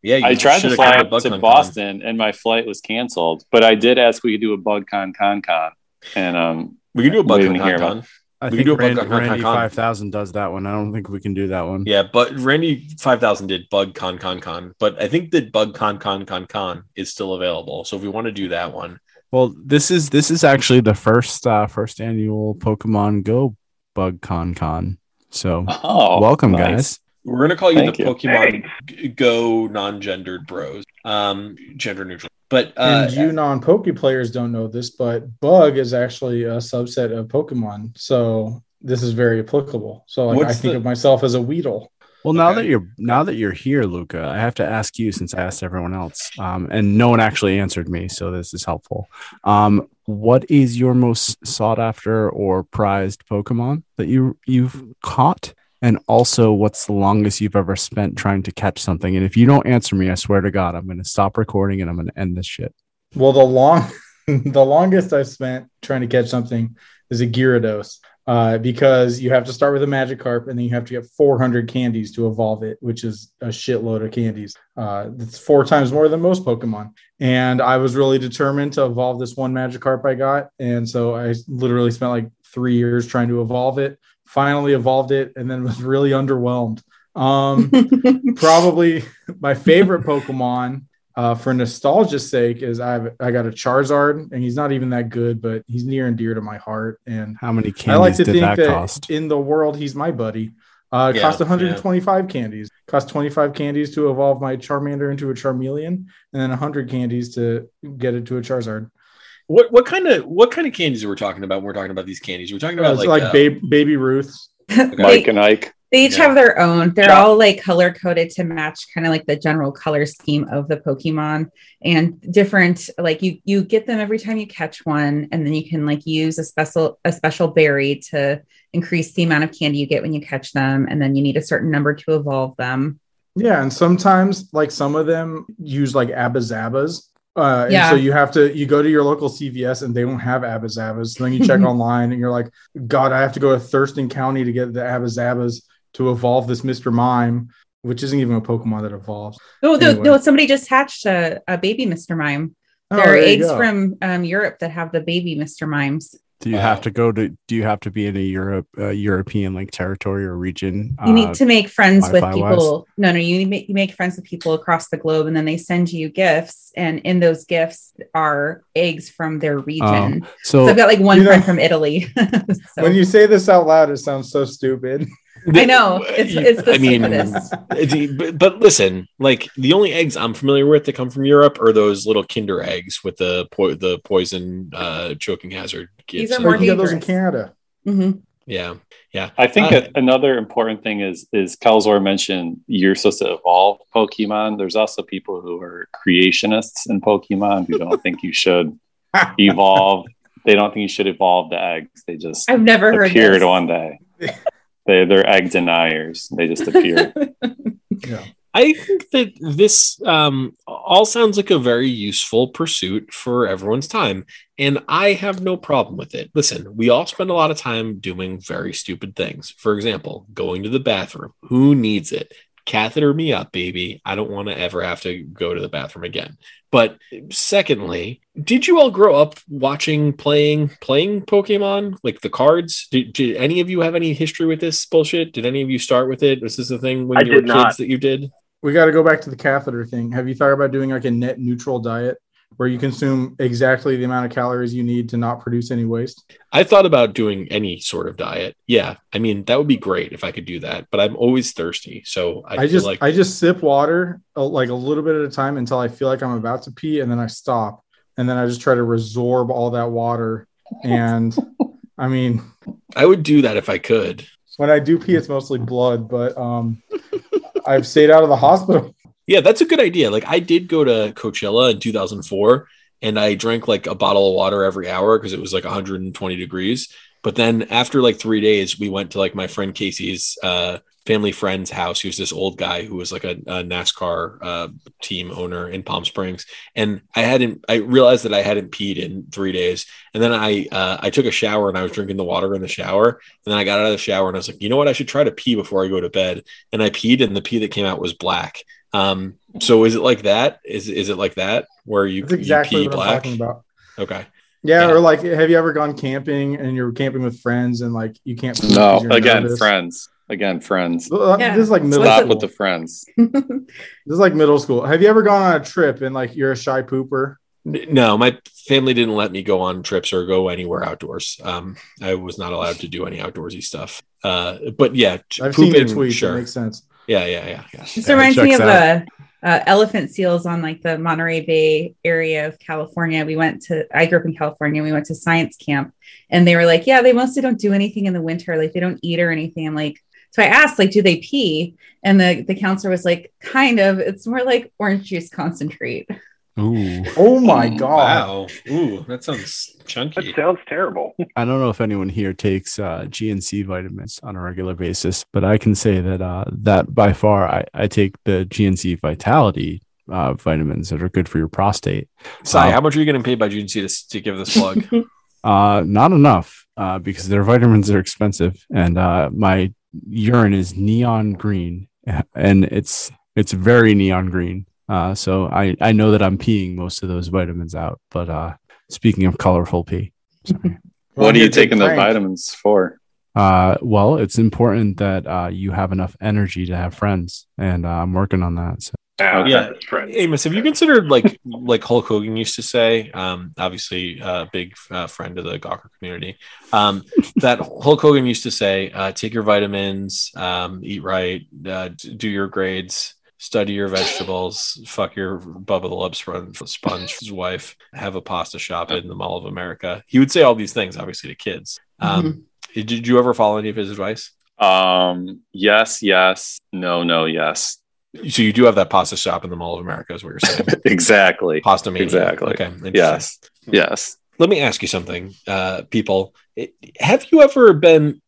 Speaker 1: Yeah,
Speaker 4: I tried to
Speaker 1: should've
Speaker 4: fly
Speaker 1: come
Speaker 4: up
Speaker 1: Bug
Speaker 4: to
Speaker 1: Con.
Speaker 4: Boston, and my flight was canceled. But I did ask we could do a bug con con con, and um,
Speaker 1: We can do a
Speaker 4: We
Speaker 1: Bug
Speaker 4: didn't
Speaker 1: Con.
Speaker 4: hear about
Speaker 1: Con.
Speaker 2: I
Speaker 1: We can
Speaker 2: think
Speaker 1: do a
Speaker 2: Randy,
Speaker 1: BugCon Con,
Speaker 2: Randy
Speaker 1: Con.
Speaker 2: five thousand does that one. I don't think we can do that one.
Speaker 1: Yeah, but Randy five thousand did Bug Con Con Con. But I think that Bug Con Con Con Con is still available. So if we want to do that one,
Speaker 2: Well, this is this is actually the first uh first annual Pokemon Go Bug Con Con. So
Speaker 4: oh,
Speaker 2: welcome,
Speaker 4: nice.
Speaker 2: guys.
Speaker 1: We're gonna call you
Speaker 4: Thank
Speaker 1: the
Speaker 4: you.
Speaker 1: Pokemon G- Go non-gendered bros, um, gender neutral. But uh,
Speaker 6: and you non-Poke players don't know this, but Bug is actually a subset of Pokemon, so this is very applicable. So like, I
Speaker 1: What's
Speaker 6: think
Speaker 1: the-
Speaker 6: of myself as a Weedle.
Speaker 2: Well, now
Speaker 1: Okay.
Speaker 2: that you're now that you're here, Luca, I have to ask you since I asked everyone else, um, and no one actually answered me, so this is helpful. Um, what is your most sought after or prized Pokemon that you you've caught? And also, what's the longest you've ever spent trying to catch something? And if you don't answer me, I swear to God, I'm going to stop recording and I'm going to end this shit.
Speaker 6: Well, the long, the longest I spent trying to catch something is a Gyarados. uh, because you have to start with a Magikarp and then you have to get 400 candies to evolve it, which is a shitload of candies. Uh, that's four times more than most Pokemon. And I was really determined to evolve this one Magikarp I got. And so I literally spent like three years trying to evolve it, finally evolved it, and then was really underwhelmed. Um, probably my favorite Pokemon uh, for nostalgia's sake is I've I got a Charizard and he's not even that good, but he's near and dear to my heart. And
Speaker 2: How many
Speaker 6: I
Speaker 2: candies
Speaker 6: like to
Speaker 2: did
Speaker 6: think
Speaker 2: that,
Speaker 6: that,
Speaker 2: cost?
Speaker 6: in the world he's my buddy. Uh, it
Speaker 4: Yeah,
Speaker 6: cost 125 candies. Cost 25 candies to evolve my Charmander into a Charmeleon, and then 100 candies to get it to a Charizard.
Speaker 1: What what kind of what kind of candies are we talking about? When we're talking about these candies. We're talking
Speaker 6: Uh,
Speaker 1: about
Speaker 6: it's
Speaker 1: like,
Speaker 6: like
Speaker 1: uh,
Speaker 6: babe, baby Ruth's.
Speaker 4: Mike
Speaker 3: they,
Speaker 4: and Ike.
Speaker 3: they each
Speaker 1: Yeah.
Speaker 3: have their own. They're
Speaker 1: Yeah.
Speaker 3: all like color coded to match kind of like the general color scheme of the Pokemon and different like you you get them every time you catch one and then you can like use a special a special berry to increase the amount of candy you get when you catch them and then you need a certain number to evolve them.
Speaker 6: Yeah, and sometimes like some of them use like Abazabas. Uh, and
Speaker 3: Yeah.
Speaker 6: so you have to you go to your local CVS and they won't have Abazabas. So then you check online and you're like, God, I have to go to Thurston County to get the Abazabas to evolve this Mr. Mime, which isn't even a Pokemon that evolves.
Speaker 3: Oh no,
Speaker 6: Anyway.
Speaker 3: no, somebody just hatched a, a baby Mr. Mime.
Speaker 6: Oh,
Speaker 3: there are
Speaker 6: you
Speaker 3: eggs
Speaker 6: go.
Speaker 3: from um, Europe that have the baby Mr. Mimes.
Speaker 2: Do you
Speaker 6: Uh,
Speaker 2: have to go to? Do you have to be in a Europe, uh, European like territory or region?
Speaker 3: You need
Speaker 2: Uh,
Speaker 3: to make friends with
Speaker 2: Wi-Fi wise?
Speaker 3: people. No, no, you make, you make friends with people across the globe, and then they send you gifts, and in those gifts are eggs from their region. so,
Speaker 2: so
Speaker 3: I've got like one
Speaker 6: You know-
Speaker 3: friend from Italy. so,
Speaker 6: When you say this out loud, it sounds so stupid.
Speaker 3: I know it's it's the
Speaker 1: I mean,
Speaker 3: stupidest.
Speaker 1: It's- but, but listen, like the only eggs I'm familiar with that come from Europe are those little Kinder eggs with the po- the poison uh, choking hazard.
Speaker 3: These
Speaker 1: kids.
Speaker 3: are
Speaker 6: Like
Speaker 3: more-
Speaker 6: you get those in
Speaker 3: dangerous.
Speaker 6: Canada.
Speaker 3: Mhm.
Speaker 1: yeah, yeah.
Speaker 4: I think
Speaker 1: Uh,
Speaker 4: a- another important thing is is Kalzor mentioned you're supposed to evolve Pokemon. There's also people who are creationists in Pokemon who don't think you should evolve. They don't think you should evolve the eggs. They just
Speaker 3: I've never heard
Speaker 4: appeared
Speaker 3: this.
Speaker 4: one day. They they're egg deniers. They just appear.
Speaker 6: Yeah.
Speaker 1: I think that this um, all sounds like a very useful pursuit for everyone's time, and I have no problem with it. Listen, we all spend a lot of time doing very stupid things. For example, going to the bathroom. Who needs it? Catheter me up, baby. I don't want to ever have to go to the bathroom again. But secondly, did you all grow up watching, playing, playing Pokemon, like the cards? Did, did any of you have any history with this bullshit? Did any of you start with it? Was this a thing when
Speaker 5: I
Speaker 1: you were
Speaker 5: did not.
Speaker 1: kids that you did?
Speaker 6: We got to go back to the catheter thing. Have you thought about doing like a net neutral diet where you consume exactly the amount of calories you need to not produce any waste?
Speaker 1: I thought about doing any sort of diet. Yeah, I mean that would be great if I could do that, but I'm always thirsty, so I,
Speaker 6: I,
Speaker 1: feel
Speaker 6: just
Speaker 1: like
Speaker 6: I just sip water uh, like a little bit at a time until I feel like I'm about to pee and then I stop and then I just try to resorb all that water and I mean
Speaker 1: I would do that if I could.
Speaker 6: when I do pee it's mostly blood but um I've stayed out of the hospital.
Speaker 1: Yeah, that's a good idea. Like I did go to Coachella in 2004, and I drank like a bottle of water every hour because it was like 120 degrees. But then after like three days, we went to like my friend Casey's uh, family friend's house. He was this old guy who was like a, a NASCAR uh, team owner in Palm Springs, and I hadn't. I realized that I hadn't peed in three days, and then I uh, I took a shower and I was drinking the water in the shower, and then I got out of the shower and I was like, you know what? I should try to pee before I go to bed, and I peed, and the pee that came out was black. Um, so is it like that? Is is it like that where you,
Speaker 6: That's exactly
Speaker 1: you pee
Speaker 6: what I'm
Speaker 1: black?
Speaker 6: talking about.
Speaker 1: Okay.
Speaker 6: Yeah,
Speaker 1: Yeah.
Speaker 6: or like, have you ever gone camping and you're camping with friends and like you can't? pee
Speaker 4: no,
Speaker 6: 'cause you're
Speaker 4: again,
Speaker 6: nervous?
Speaker 4: friends. Again, friends.
Speaker 6: Uh,
Speaker 3: Yeah.
Speaker 6: This is like middle
Speaker 4: Stop
Speaker 6: school.
Speaker 4: with the friends.
Speaker 6: this is like middle school. Have you ever gone on a trip and like you're a shy pooper?
Speaker 1: N- No, my family didn't let me go on trips or go anywhere outdoors. Um, I was not allowed to do any outdoorsy stuff. Uh, but yeah, t-
Speaker 6: I've seen your
Speaker 1: pooping,
Speaker 6: tweets. It
Speaker 1: Sure.
Speaker 6: makes sense.
Speaker 1: Yeah, yeah, yeah, yeah.
Speaker 3: This
Speaker 1: Yeah.
Speaker 3: reminds me
Speaker 2: checks
Speaker 3: of uh uh, elephant seals on like the Monterey Bay area of California. We went to, I grew up in California. We went to science camp and they were like, yeah, they mostly don't do anything in the winter. Like they don't eat or anything. I'm like, so I asked, like, do they pee? And the, the counselor was like, kind of, it's more like orange juice concentrate.
Speaker 2: ooh,
Speaker 6: Oh my
Speaker 4: Mm,
Speaker 6: god!
Speaker 1: Wow. Ooh, that sounds
Speaker 5: That
Speaker 1: chunky.
Speaker 5: sounds terrible.
Speaker 2: I don't know if anyone here takes uh, GNC vitamins on a regular basis, but I can say that uh, that by far I, I take the GNC Vitality uh, vitamins that are good for your prostate.
Speaker 1: Sai,
Speaker 2: Wow.
Speaker 1: how much are you getting paid by GNC to, to give this plug?
Speaker 2: Uh, not enough. uh, because their vitamins are expensive, and uh, my urine is neon green, and it's it's very neon green. Uh, so I I know that I'm peeing most of those vitamins out. But uh, speaking of colorful pee, sorry.
Speaker 4: What are
Speaker 6: Well,
Speaker 4: you
Speaker 6: you're
Speaker 4: taking the
Speaker 6: Frank.
Speaker 4: vitamins for?
Speaker 2: Uh, well, it's important that uh, you have enough energy to have friends, and uh, I'm working on that. So
Speaker 5: Ah,
Speaker 1: Yeah.
Speaker 5: friend.
Speaker 1: Amos, have you considered like like Hulk Hogan used to say, um, obviously a big uh, friend of the Gawker community, um, that Hulk Hogan used to say, uh, take your vitamins, um, eat right, uh, d- do your grades, study your vegetables, fuck your Bubba the Love Sponge, sponge's wife, have a pasta shop in the Mall of America. He would say all these things, obviously, to kids. Um, Did you ever follow any of his advice?
Speaker 4: Um, yes, yes, no, no, yes.
Speaker 1: So you do have that pasta shop in the Mall of America, is what you're saying.
Speaker 4: Exactly.
Speaker 1: Pasta mania.
Speaker 4: Exactly.
Speaker 1: Okay. interesting.
Speaker 4: Yes. Yes.
Speaker 1: let me ask you something uh people It- have you ever been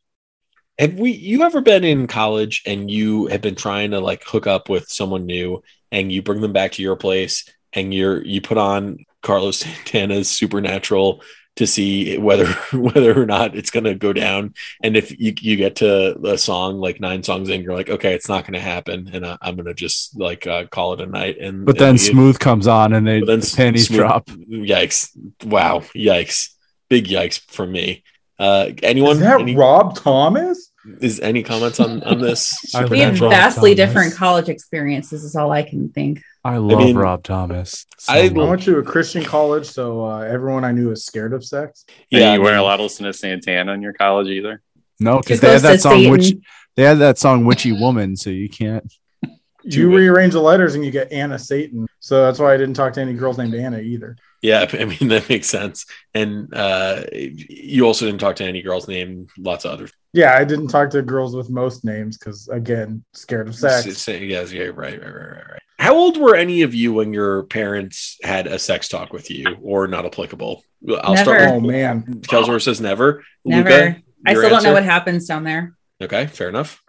Speaker 1: have we you ever been in college and you have been trying to like hook up with someone new and you bring them back to your place and you're you put on carlos santana's supernatural to see whether whether or not it's going to go down and if you, you get to the song like nine songs in you're like okay it's not going to happen and I, i'm going to just like uh, call it a night and
Speaker 2: but
Speaker 1: and
Speaker 2: then
Speaker 1: leave.
Speaker 2: smooth comes on and they
Speaker 1: But then
Speaker 2: the panties
Speaker 1: smooth-
Speaker 2: drop.
Speaker 1: Yikes! Wow! Yikes! Big yikes for me. Uh, anyone?
Speaker 6: Is that
Speaker 1: any,
Speaker 6: Rob Thomas?
Speaker 1: is any comments on on this?
Speaker 2: I
Speaker 3: we had
Speaker 2: Rob
Speaker 3: vastly
Speaker 2: Thomas.
Speaker 3: different college experiences is all i can think
Speaker 2: I love
Speaker 1: mean,
Speaker 2: Rob Thomas. so
Speaker 1: I-
Speaker 6: I
Speaker 2: much.
Speaker 6: went to a Christian college, so uh, everyone I knew was scared of sex.
Speaker 4: Yeah. you
Speaker 1: I
Speaker 4: weren't
Speaker 1: mean,
Speaker 4: allowed to listen to Santana in your college either.
Speaker 2: no,
Speaker 3: Too
Speaker 2: because they had
Speaker 3: close to
Speaker 2: that song
Speaker 3: Satan.
Speaker 2: which they had that song witchy woman, so you can't.
Speaker 6: You rearrange the letters and you get Anna Satan. So that's why I didn't talk to any girls named Anna either.
Speaker 1: Yeah, I mean that makes sense. And uh, you also didn't talk to any girls named lots of other.
Speaker 6: Yeah, I didn't talk to girls with most names because, again, scared of sex.
Speaker 1: Yes, yeah, right, right, right, right, right. How old were any of you when your parents had a sex talk with you, or not applicable? I'll
Speaker 3: Never.
Speaker 1: start.
Speaker 6: Oh
Speaker 1: With,
Speaker 6: man,
Speaker 1: Kelsor says never.
Speaker 3: never
Speaker 1: Luca,
Speaker 3: i
Speaker 1: your
Speaker 3: still don't know what
Speaker 1: answer?
Speaker 3: happens down there
Speaker 1: Okay, fair enough.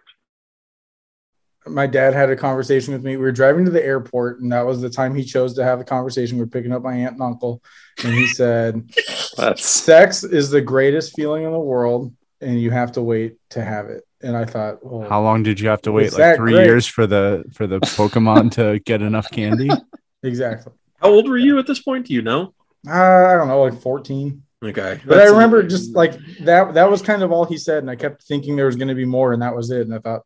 Speaker 6: my dad had a conversation with me. We were driving to the airport, and that was the time he chose to have a conversation. We are picking up my aunt and uncle, and he said,
Speaker 4: That's
Speaker 6: "Sex is the greatest feeling in the world, and you have to wait to have it." And I thought, well,
Speaker 2: How long did you have to wait?
Speaker 6: It's
Speaker 2: Like
Speaker 6: that
Speaker 2: three
Speaker 6: great.
Speaker 2: years for the for the Pokemon to get enough candy.
Speaker 6: exactly?
Speaker 1: How old were you at this point? Do you know?
Speaker 6: Uh, I don't know, like fourteen.
Speaker 1: Okay,
Speaker 6: But
Speaker 1: That's-
Speaker 6: I remember just like that. That was kind of all he said, and I kept thinking there was going to be more, and that was it. And I thought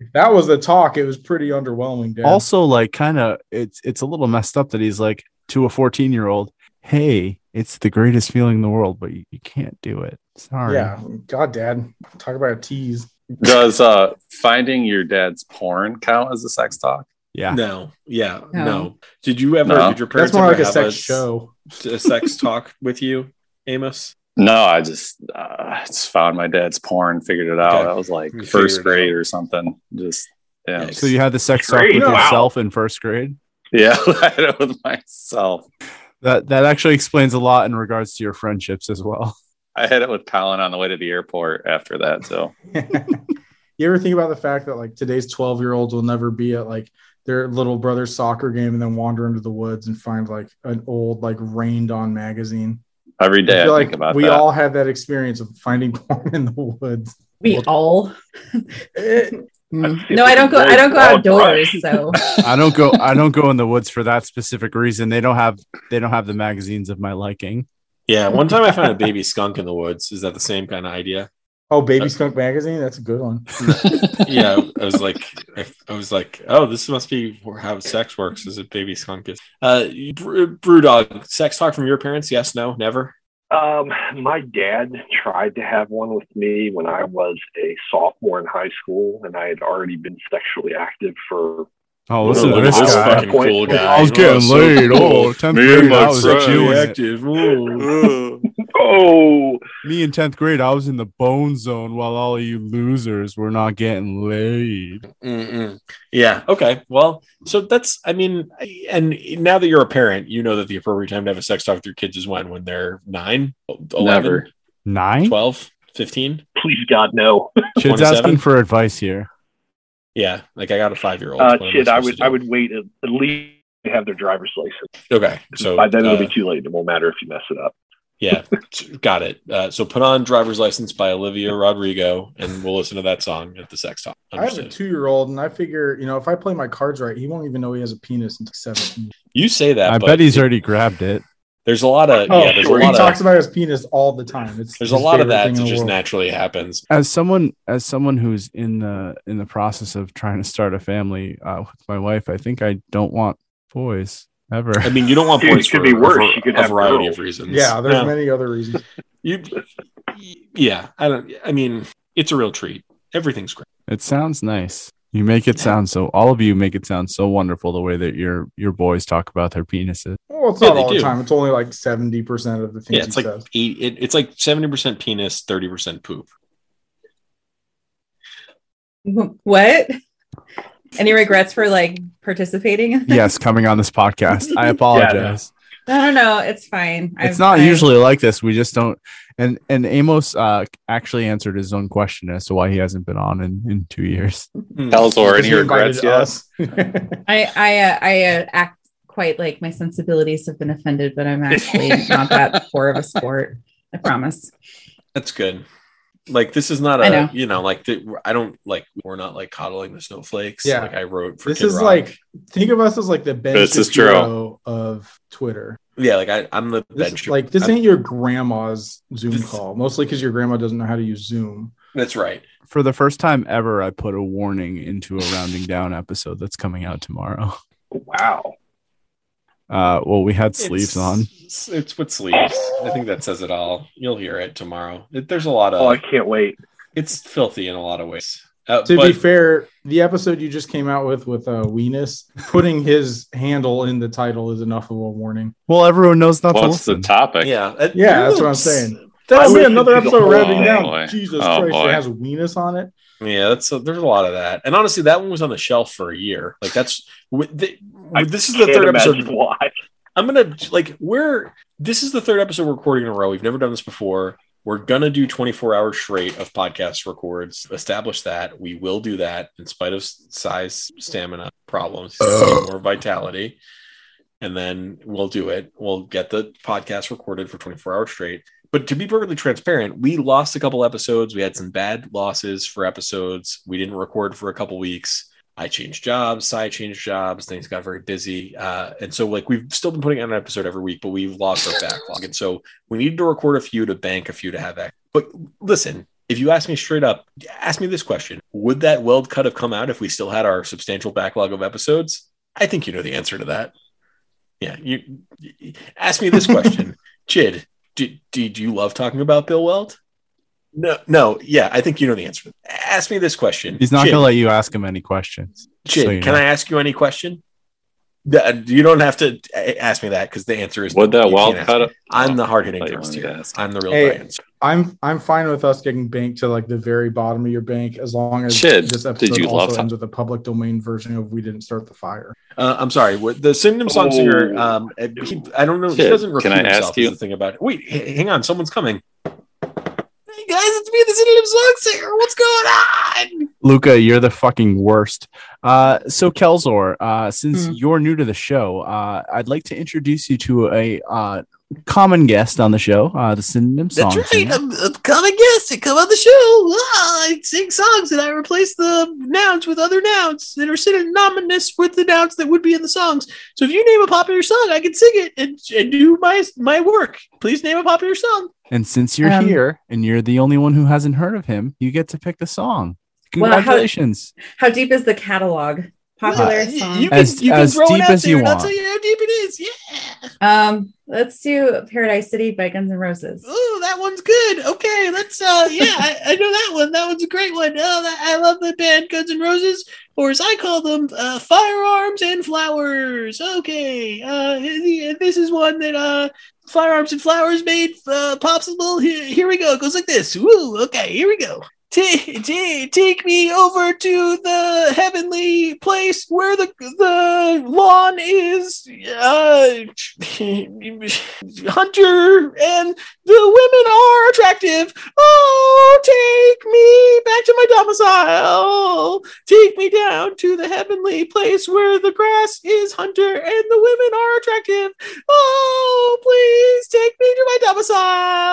Speaker 6: if that was the talk. It was pretty underwhelming. Dad.
Speaker 2: Also, like kind of it's it's a little messed up that he's like to a 14 year old, hey, it's the greatest feeling in the world, but you, you can't do it. Sorry.
Speaker 6: yeah, God, Dad, talk about a tease.
Speaker 4: does uh finding your dad's porn count as a sex talk?
Speaker 2: Yeah.
Speaker 1: No, yeah, no.
Speaker 3: No.
Speaker 1: Did you ever?
Speaker 4: No.
Speaker 1: Did your parents
Speaker 6: That's more
Speaker 1: ever
Speaker 6: like a
Speaker 1: have
Speaker 6: sex
Speaker 1: s-
Speaker 6: show.
Speaker 1: a sex talk with you, Amos?
Speaker 4: No, I just uh, I just found my dad's porn, figured it out.
Speaker 1: Okay.
Speaker 4: I was like
Speaker 1: You
Speaker 4: first
Speaker 1: figured it
Speaker 4: grade or something. Just yeah,
Speaker 1: Yikes.
Speaker 2: So you had the sex talk
Speaker 5: Great.
Speaker 2: with
Speaker 5: Wow.
Speaker 2: yourself in first grade.
Speaker 4: yeah, I had it with myself.
Speaker 2: That that actually explains a lot in regards to your friendships as well.
Speaker 4: I had it with Colin on the way to the airport after that. So
Speaker 6: you ever think about the fact that like today's 12 year olds will never be at like their little brother's soccer game and then wander into the woods and find like an old like rained on magazine?
Speaker 4: every day I,
Speaker 6: I feel
Speaker 4: think
Speaker 6: like
Speaker 4: about
Speaker 6: we
Speaker 4: that.
Speaker 6: all had that experience of finding porn in the woods.
Speaker 3: we
Speaker 6: Well-
Speaker 3: all
Speaker 6: Eh,
Speaker 3: Mm. no i don't go i don't go outdoors so
Speaker 2: I don't go I don't go in the woods for that specific reason. They don't have they don't have the magazines of my liking.
Speaker 1: Yeah, one time I found a baby skunk in the woods. Is that the same kind of idea?
Speaker 6: Oh, Baby Skunk magazine, that's a good one.
Speaker 1: Yeah, I was like, I, I was like, oh, this must be how sex works. Is a baby skunk is. Uh, Br- Brewdog, sex talk from your parents? Yes, no, never.
Speaker 5: Um, my dad tried to have one with me when I was a sophomore in high school, and I had already been sexually active for
Speaker 2: Oh,
Speaker 5: Well,
Speaker 2: listen to
Speaker 5: well,
Speaker 2: this
Speaker 5: this
Speaker 2: guy.
Speaker 5: fucking cool guy.
Speaker 2: I was getting laid. Oh, 10th grade, I was
Speaker 1: friends.
Speaker 2: doing it.
Speaker 1: active. ooh.
Speaker 5: oh,
Speaker 2: Me in 10th grade, I was in the bone zone while all of you losers were not getting laid.
Speaker 1: Mm-mm. Yeah. Okay. Well, so that's, I mean, and now that you're a parent, you know that the appropriate time to have a sex talk with your kids is when? When they're nine, 11,
Speaker 4: Never.
Speaker 2: Nine?
Speaker 1: 12, 15.
Speaker 5: please God, no.
Speaker 2: Kid's
Speaker 1: 27?
Speaker 2: asking for advice here.
Speaker 1: Yeah. Like I got a five year old.
Speaker 5: Uh, shit, I would I would wait at, at least to have their driver's license.
Speaker 1: Okay. So
Speaker 5: By then
Speaker 1: uh,
Speaker 5: it'll be too late. It won't matter if you mess it up.
Speaker 1: Yeah, got it. Uh, so put on "Driver's License" by Olivia Rodrigo, and we'll listen to that song at the sex talk.
Speaker 6: I have a
Speaker 1: Understood.
Speaker 6: two year old, and I figure, you know, if I play my cards right, he won't even know he has a penis until 17.
Speaker 1: You say that,
Speaker 2: I
Speaker 1: but
Speaker 2: bet he's already grabbed it.
Speaker 1: there's a lot of
Speaker 6: Oh,
Speaker 1: yeah, there's a
Speaker 5: sure.
Speaker 6: He
Speaker 1: lot
Speaker 6: talks
Speaker 1: of
Speaker 6: about his penis all the time. It's
Speaker 1: there's a
Speaker 6: his
Speaker 1: lot of
Speaker 6: favorite
Speaker 1: that
Speaker 6: thing in
Speaker 1: that
Speaker 6: the
Speaker 1: just
Speaker 6: world.
Speaker 1: naturally happens.
Speaker 2: as someone as someone who's in the in the process of trying to start a family uh, with my wife, I think I don't want boys ever.
Speaker 1: I mean, you don't want
Speaker 5: Dude, it
Speaker 1: boys
Speaker 5: could
Speaker 1: for
Speaker 5: be
Speaker 1: a
Speaker 5: worse.
Speaker 1: var-
Speaker 5: You could
Speaker 1: a
Speaker 5: have
Speaker 1: variety of
Speaker 5: girls.
Speaker 1: reasons.
Speaker 6: Yeah, there's
Speaker 1: No.
Speaker 6: many other reasons.
Speaker 1: You, yeah, I don't. I mean, it's a real treat. Everything's great.
Speaker 2: It sounds nice. You make it sound so. All of you make it sound so wonderful the way that your your boys talk about their penises.
Speaker 6: Well, it's
Speaker 1: Yeah,
Speaker 6: not
Speaker 1: they
Speaker 6: all
Speaker 1: do.
Speaker 6: the time. It's only like 70% of the things
Speaker 1: Yeah, it's
Speaker 6: he
Speaker 1: like
Speaker 6: says.
Speaker 1: eight, it, it's like seventy percent penis, thirty percent poop.
Speaker 3: What? Any regrets for like participating? in this?
Speaker 2: Yes, coming on this podcast. I apologize.
Speaker 3: I don't know. It's fine.
Speaker 2: It's
Speaker 3: I've-
Speaker 2: not
Speaker 3: I-
Speaker 2: usually like this. We just don't. And and Amos uh, actually answered his own question as to why he hasn't been on in in two years.
Speaker 1: Hmm,
Speaker 4: Tells or any
Speaker 6: He invited
Speaker 4: regrets? Yes.
Speaker 6: us.
Speaker 3: I I uh, I uh, act quite like my sensibilities have been offended, but I'm actually not that poor of a sport. I promise.
Speaker 1: That's good. Like this is not
Speaker 3: I
Speaker 1: a
Speaker 3: know.
Speaker 1: you know like the, I don't like we're not like coddling the snowflakes.
Speaker 6: Yeah.
Speaker 1: like I wrote for
Speaker 6: This
Speaker 1: Kid
Speaker 6: is
Speaker 1: Rock.
Speaker 6: like think of us as like the Ben
Speaker 4: This is
Speaker 6: Shapiro of Twitter.
Speaker 1: yeah, like I I'm the
Speaker 6: This,
Speaker 1: bench.
Speaker 6: like this
Speaker 1: I'm-
Speaker 6: ain't your grandma's Zoom
Speaker 1: This-
Speaker 6: call, mostly because your grandma doesn't know how to use Zoom.
Speaker 1: that's right.
Speaker 2: For the first time ever, I put a warning into a rounding down episode that's coming out tomorrow.
Speaker 5: Wow.
Speaker 2: Uh, well, we had sleeves on.
Speaker 1: It's, it's with sleeves. I think that says it all. You'll hear it tomorrow. It, there's a lot of
Speaker 5: Oh, I can't wait.
Speaker 1: it's filthy in a lot of ways. Uh,
Speaker 6: To be
Speaker 1: but
Speaker 6: fair, the episode you just came out with with uh, Weenus, putting his handle in the title is enough of a warning.
Speaker 2: Well, everyone knows not to
Speaker 4: What's the
Speaker 2: listen.
Speaker 4: topic?
Speaker 1: yeah, that-
Speaker 6: Yeah, that's what I'm
Speaker 1: oops.
Speaker 6: saying. That'll
Speaker 5: I
Speaker 6: be
Speaker 5: listened
Speaker 6: another
Speaker 5: to the
Speaker 6: episode
Speaker 5: whole
Speaker 6: wrapping down.
Speaker 4: boy.
Speaker 6: Jesus
Speaker 4: Oh,
Speaker 6: Christ,
Speaker 4: boy.
Speaker 6: it has Weenus on it.
Speaker 1: Yeah, that's a, there's a lot of that, and honestly, that one was on the shelf for a year. Like that's with the,
Speaker 5: I
Speaker 1: with- this is the
Speaker 5: Can't
Speaker 1: third
Speaker 5: imagine
Speaker 1: episode.
Speaker 5: Why?
Speaker 1: I'm gonna like we're this is the third episode we're recording in a row. We've never done this before. We're gonna do 24 hours straight of podcast records. Establish that we will do that in spite of s- size, stamina problems, more vitality, and then we'll do it. We'll get the podcast recorded for 24 hours straight. But to be perfectly transparent, we lost a couple episodes. We had some bad losses for episodes. We didn't record for a couple weeks. I changed jobs, Sai changed jobs, things got very busy. Uh, and so, like, we've still been putting out an episode every week, but we've lost our backlog. And so, we needed to record a few to bank a few to have. Act. But listen, if you ask me straight up, ask me this question Would that weld cut have come out if we still had our substantial backlog of episodes? I think you know the answer to that. Yeah. You, you- ask me this question Chid, did, did you love talking about Bill Weld? No, no. Yeah. I think you know the answer. Ask me this question.
Speaker 2: He's not
Speaker 1: Chid.
Speaker 2: going to let you ask him any questions.
Speaker 1: Jin,
Speaker 2: So you
Speaker 1: can
Speaker 2: know.
Speaker 1: I ask you any question? Th- You don't have to a- ask me that because the answer is
Speaker 4: Would that
Speaker 1: you
Speaker 4: well
Speaker 1: can't ask
Speaker 4: cut?
Speaker 1: me.
Speaker 4: up-
Speaker 1: I'm the hard hitting
Speaker 4: Thought you
Speaker 1: thrust
Speaker 4: wanted to
Speaker 1: here.
Speaker 4: ask.
Speaker 1: I'm the real
Speaker 6: Hey.
Speaker 1: Brian's.
Speaker 6: I'm I'm fine with us getting banked to like the very bottom of your bank as long as
Speaker 4: Shit,
Speaker 6: this
Speaker 4: did
Speaker 6: episode
Speaker 4: you
Speaker 6: also
Speaker 4: love-
Speaker 6: ends with a public domain version of "We Didn't Start the Fire."
Speaker 1: Uh, I'm sorry. what- The synonym song
Speaker 5: Oh.
Speaker 1: singer. Um, he, I don't know. He
Speaker 4: Jin,
Speaker 1: doesn't repeat
Speaker 4: can I ask
Speaker 1: himself. Is
Speaker 4: you?
Speaker 1: the thing about it. Wait, h- hang on. Someone's coming. Hey guys, it's me, the synonym song singer. What's going on?
Speaker 2: Luca, you're the fucking worst. Uh, so, Kelzor, uh, since
Speaker 3: Hmm.
Speaker 2: you're new to the show, uh, I'd like to introduce you to a uh, common guest on the show, uh, the synonym song. singer.
Speaker 1: I'm, I'm coming. Yes, come on the show. Ah, I sing songs and I replace the nouns with other nouns that are synonymous with the nouns that would be in the songs. So if you name a popular song, I can sing it and, and do my my work. Please name a popular song.
Speaker 2: And since you're
Speaker 3: Um,
Speaker 2: here and you're the only one who hasn't heard of him, you get to pick the song.
Speaker 3: Well, how-
Speaker 2: Congratulations.
Speaker 3: How deep is the catalog?
Speaker 2: Uh,
Speaker 3: Popular
Speaker 1: Well,
Speaker 3: song.
Speaker 1: You can,
Speaker 2: As-
Speaker 1: you can
Speaker 2: as
Speaker 1: throw
Speaker 2: deep
Speaker 1: it out
Speaker 2: as
Speaker 1: there
Speaker 2: you
Speaker 1: and I'll
Speaker 2: want.
Speaker 1: tell you how deep it is. Yeah.
Speaker 3: Um, let's do Paradise City by Guns N' Roses.
Speaker 1: Oh, that one's good. Okay, let's. Uh, yeah, I, I know that one. That one's a great one. Oh, that, I love the band Guns N' Roses, or as I call them, uh, firearms and flowers. Okay, uh, the- this is one that uh, firearms and flowers made uh, possible. Here, here we go. It goes like this. Woo. Okay, here we go. T- t- take me over to the heavenly place where the the lawn is uh, hunter and the women are attractive. Oh, take me back to my domicile. Take me down to the heavenly place where the grass is hunter and the women are attractive. Oh, please take me to my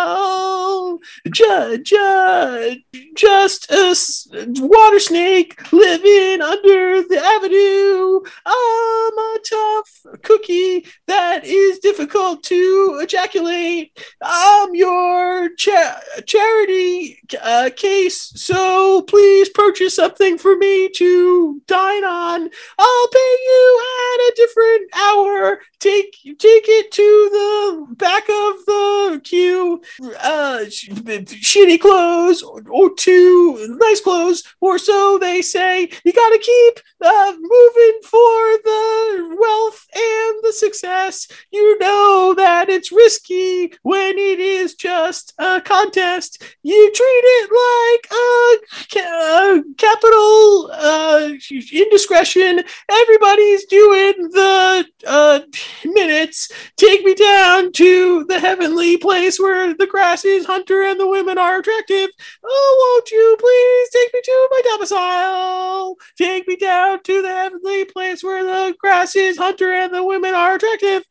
Speaker 1: domicile. ju- ju- just a s- water snake living under the avenue. I'm a tough cookie that is difficult to ejaculate. I'm your cha- charity uh, case, so please purchase something for me to dine on. I'll pay you at a different hour. Take take it to the back of the queue. Uh, sh- shitty clothes or, or to nice clothes, or so they say. You gotta keep uh, moving for the wealth and the success. You know that it's risky when it is just a contest. You treat it like a ca- uh, capital uh, indiscretion. Everybody's doing the uh, minutes. Take me down to the heavenly place where the grass is hunter and the women are attractive. Oh, won't you please take me to my domicile? Take me down to the heavenly place where the grass is hunter and the women are attractive.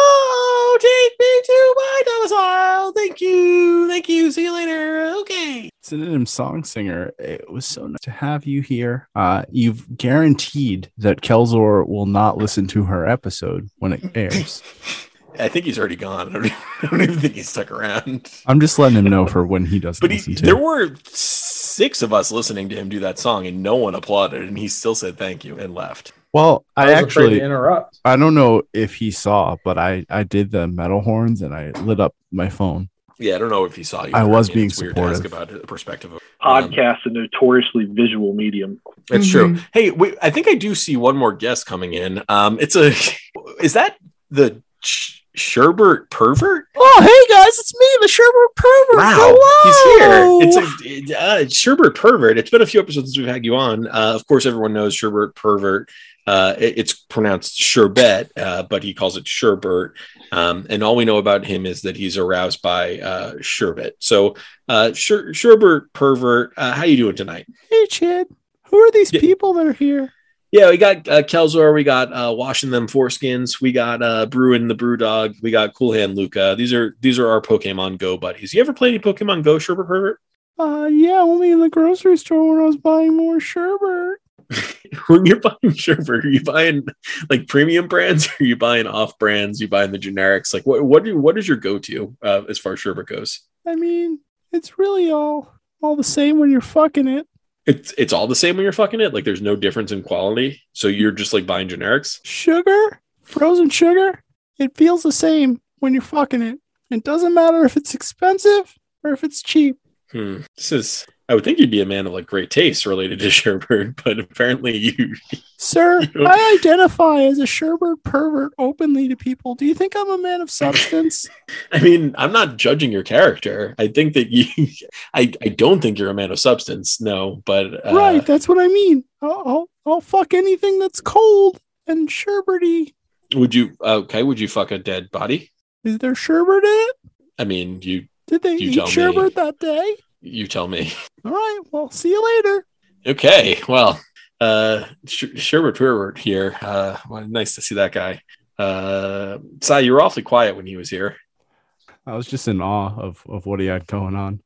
Speaker 1: Oh, take me to my domicile. Thank you. Thank you. See you later. Okay.
Speaker 2: Synonym song singer. It was so nice to have you here. Uh, you've guaranteed that Kelzor will not listen to her episode when it airs.
Speaker 1: I think he's already gone. I don't, I don't even think he's stuck around.
Speaker 2: I'm just letting him know for when he doesn't
Speaker 1: But
Speaker 2: listen
Speaker 1: he,
Speaker 2: to.
Speaker 1: there were six of us listening to him do that song, and no one applauded, and he still said thank you and left.
Speaker 2: well, I,
Speaker 6: was afraid
Speaker 2: actually
Speaker 6: to interrupt.
Speaker 2: I don't know if he saw, but I I did the metal horns and I lit up my phone.
Speaker 1: Yeah, I don't know if he saw you.
Speaker 2: I
Speaker 1: or-
Speaker 2: was being
Speaker 1: it's weird to ask
Speaker 2: supportive.
Speaker 1: about the perspective of
Speaker 5: Podcasts a notoriously visual medium.
Speaker 1: That's
Speaker 3: Mhm.
Speaker 1: true. Hey, wait, I think I do see one more guest coming in. Um, it's a is that the Sh- Sherbert pervert?
Speaker 7: Oh, hey guys, it's me, the Sherbert Pervert.
Speaker 1: Wow,
Speaker 7: Hello!
Speaker 1: he's here. It's a uh, Sherbert pervert. It's been a few episodes since we've had you on. Uh, of course, everyone knows Sherbert pervert. Uh, it- it's pronounced sherbet, uh, but he calls it sherbert. Um, and all we know about him is that he's aroused by uh, sherbet. So, uh, Sher- sherbert pervert, uh, how you doing tonight?
Speaker 2: Hey, Chad, who are these
Speaker 1: Yeah.
Speaker 2: people that are here?
Speaker 1: Yeah, we got uh, Kelzor, we got uh, washing them foreskins, we got uh, brewing the brew dog, we got Cool Hand Luca. These are these are our Pokemon Go buddies. You ever play any Pokemon Go, sherbert pervert?
Speaker 2: Uh, yeah, only in the grocery store when I was buying more sherbet.
Speaker 1: when you're buying sherbet, are you buying like premium brands? Or are you buying off brands? You buying the generics? Like what what do what is your go to uh, as far as sherbet goes?
Speaker 2: I mean, it's really all all the same when you're fucking it.
Speaker 1: It's it's all the same when you're fucking it. Like there's no difference in quality, so you're just like buying generics.
Speaker 2: Sugar, frozen sugar, it feels the same when you're fucking it. It doesn't matter if it's expensive or if it's cheap.
Speaker 1: Hmm. This is I would think you'd be a man of like great taste related to sherbet, but apparently you
Speaker 2: Sir,
Speaker 1: You know-
Speaker 2: I identify as a sherbert pervert openly to people. Do you think I'm a man of substance?
Speaker 1: I mean, I'm not judging your character. I think that you I, I don't think you're a man of substance, no, but uh,
Speaker 2: right, that's what I mean. I'll, I'll, I'll fuck anything that's cold and sherbety.
Speaker 1: would you okay, would you fuck a dead body?
Speaker 2: Is there sherbet in it?
Speaker 1: I mean, you
Speaker 2: Did they
Speaker 1: You
Speaker 2: eat
Speaker 1: tell me.
Speaker 2: sherbet that day?
Speaker 1: you tell me.
Speaker 2: All right, well, see you later.
Speaker 1: Okay, well, uh, Sh- Sherbert Pervert here. Uh, well, nice to see that guy. Uh, Sai, you were awfully quiet when he was here.
Speaker 2: I was just in awe of, of what he had going on.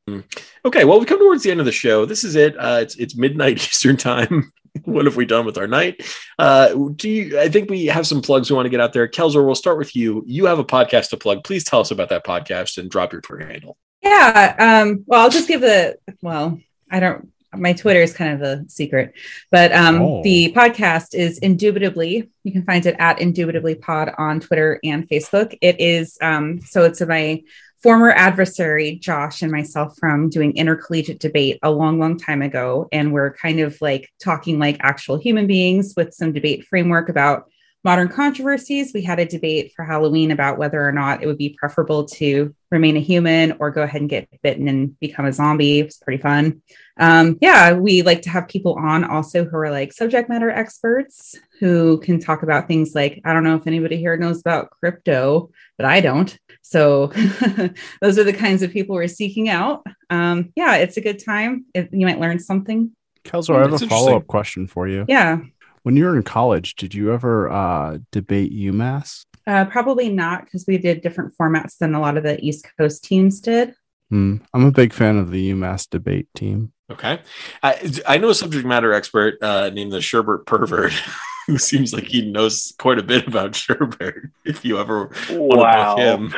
Speaker 1: Okay, well, we come towards the end of the show. This is it. Uh, it's it's midnight Eastern time. what have we done with our night? Uh, do you? I think we have some plugs we want to get out there. Kelzer, we'll start with you. You have a podcast to plug. Please tell us about that podcast and drop your Twitter handle.
Speaker 3: Yeah. Um, well, I'll just give the well, I don't my Twitter is kind of a secret, but um
Speaker 2: Oh.
Speaker 3: the podcast is Indubitably. You can find it at Indubitably Pod on Twitter and Facebook. It is um, so it's my former adversary Josh and myself from doing intercollegiate debate a long, long time ago. And we're kind of like talking like actual human beings with some debate framework about modern controversies. We had a debate for Halloween about whether or not it would be preferable to remain a human or go ahead and get bitten and become a zombie. It was pretty fun. Um, yeah, we like to have people on also who are like subject matter experts who can talk about things like I don't know if anybody here knows about crypto, but I don't. So those are the kinds of people we're seeking out. Um, yeah, it's a good time. If you might learn something.
Speaker 2: Kelso, I have
Speaker 1: That's
Speaker 2: a
Speaker 1: interesting.
Speaker 2: follow up question for you.
Speaker 3: Yeah,
Speaker 2: When you were in college, did you ever uh, debate UMass?
Speaker 3: uh, probably not because we did different formats than a lot of the East Coast teams did.
Speaker 2: Hmm. I'm a big fan of the UMass debate team.
Speaker 1: Okay. I, I know a subject matter expert uh, named the Sherbert Pervert who seems like he knows quite a bit about Sherbert if you ever want
Speaker 5: Wow.
Speaker 1: to book him.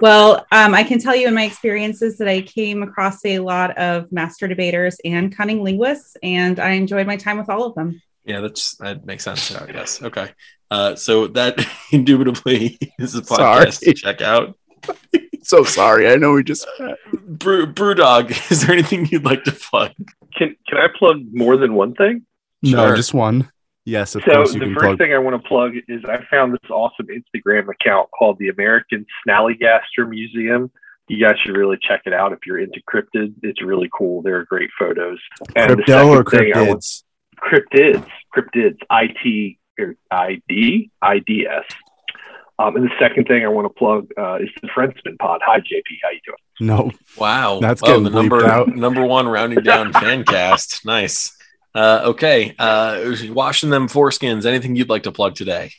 Speaker 3: Well, um, I can tell you in my experiences that I came across a lot of master debaters and cunning linguists, and I enjoyed my time with all of them.
Speaker 1: Yeah, that's that makes sense. I guess. Okay. Uh, so that indubitably is a podcast
Speaker 2: Sorry.
Speaker 1: to check out.
Speaker 2: So sorry. I know we just
Speaker 1: Brew, Brewdog, is there anything you'd like to plug?
Speaker 5: Can can I plug more than one thing?
Speaker 1: Sure.
Speaker 2: no just one. Yes, of
Speaker 5: So
Speaker 2: course you
Speaker 5: the
Speaker 2: can
Speaker 5: first
Speaker 2: plug.
Speaker 5: thing I want to plug is I found this awesome Instagram account called the American Snallygaster Museum. You guys should really check it out if you're into cryptid. It's really cool. There are great photos. And the
Speaker 2: Crypto or
Speaker 5: second thing I want-
Speaker 2: cryptids?
Speaker 5: cryptids, cryptids, IT or ID, IDS. Um, and the second thing I want to plug uh, is the Frenchman Pod. Hi, JP. How you doing?
Speaker 2: No.
Speaker 1: Wow.
Speaker 2: That's
Speaker 1: oh,
Speaker 2: getting
Speaker 1: the
Speaker 2: bleeped
Speaker 1: number
Speaker 2: out.
Speaker 1: number one rounding down fan cast. Nice. Uh, okay. Uh, washing them foreskins. Anything you'd like to plug today?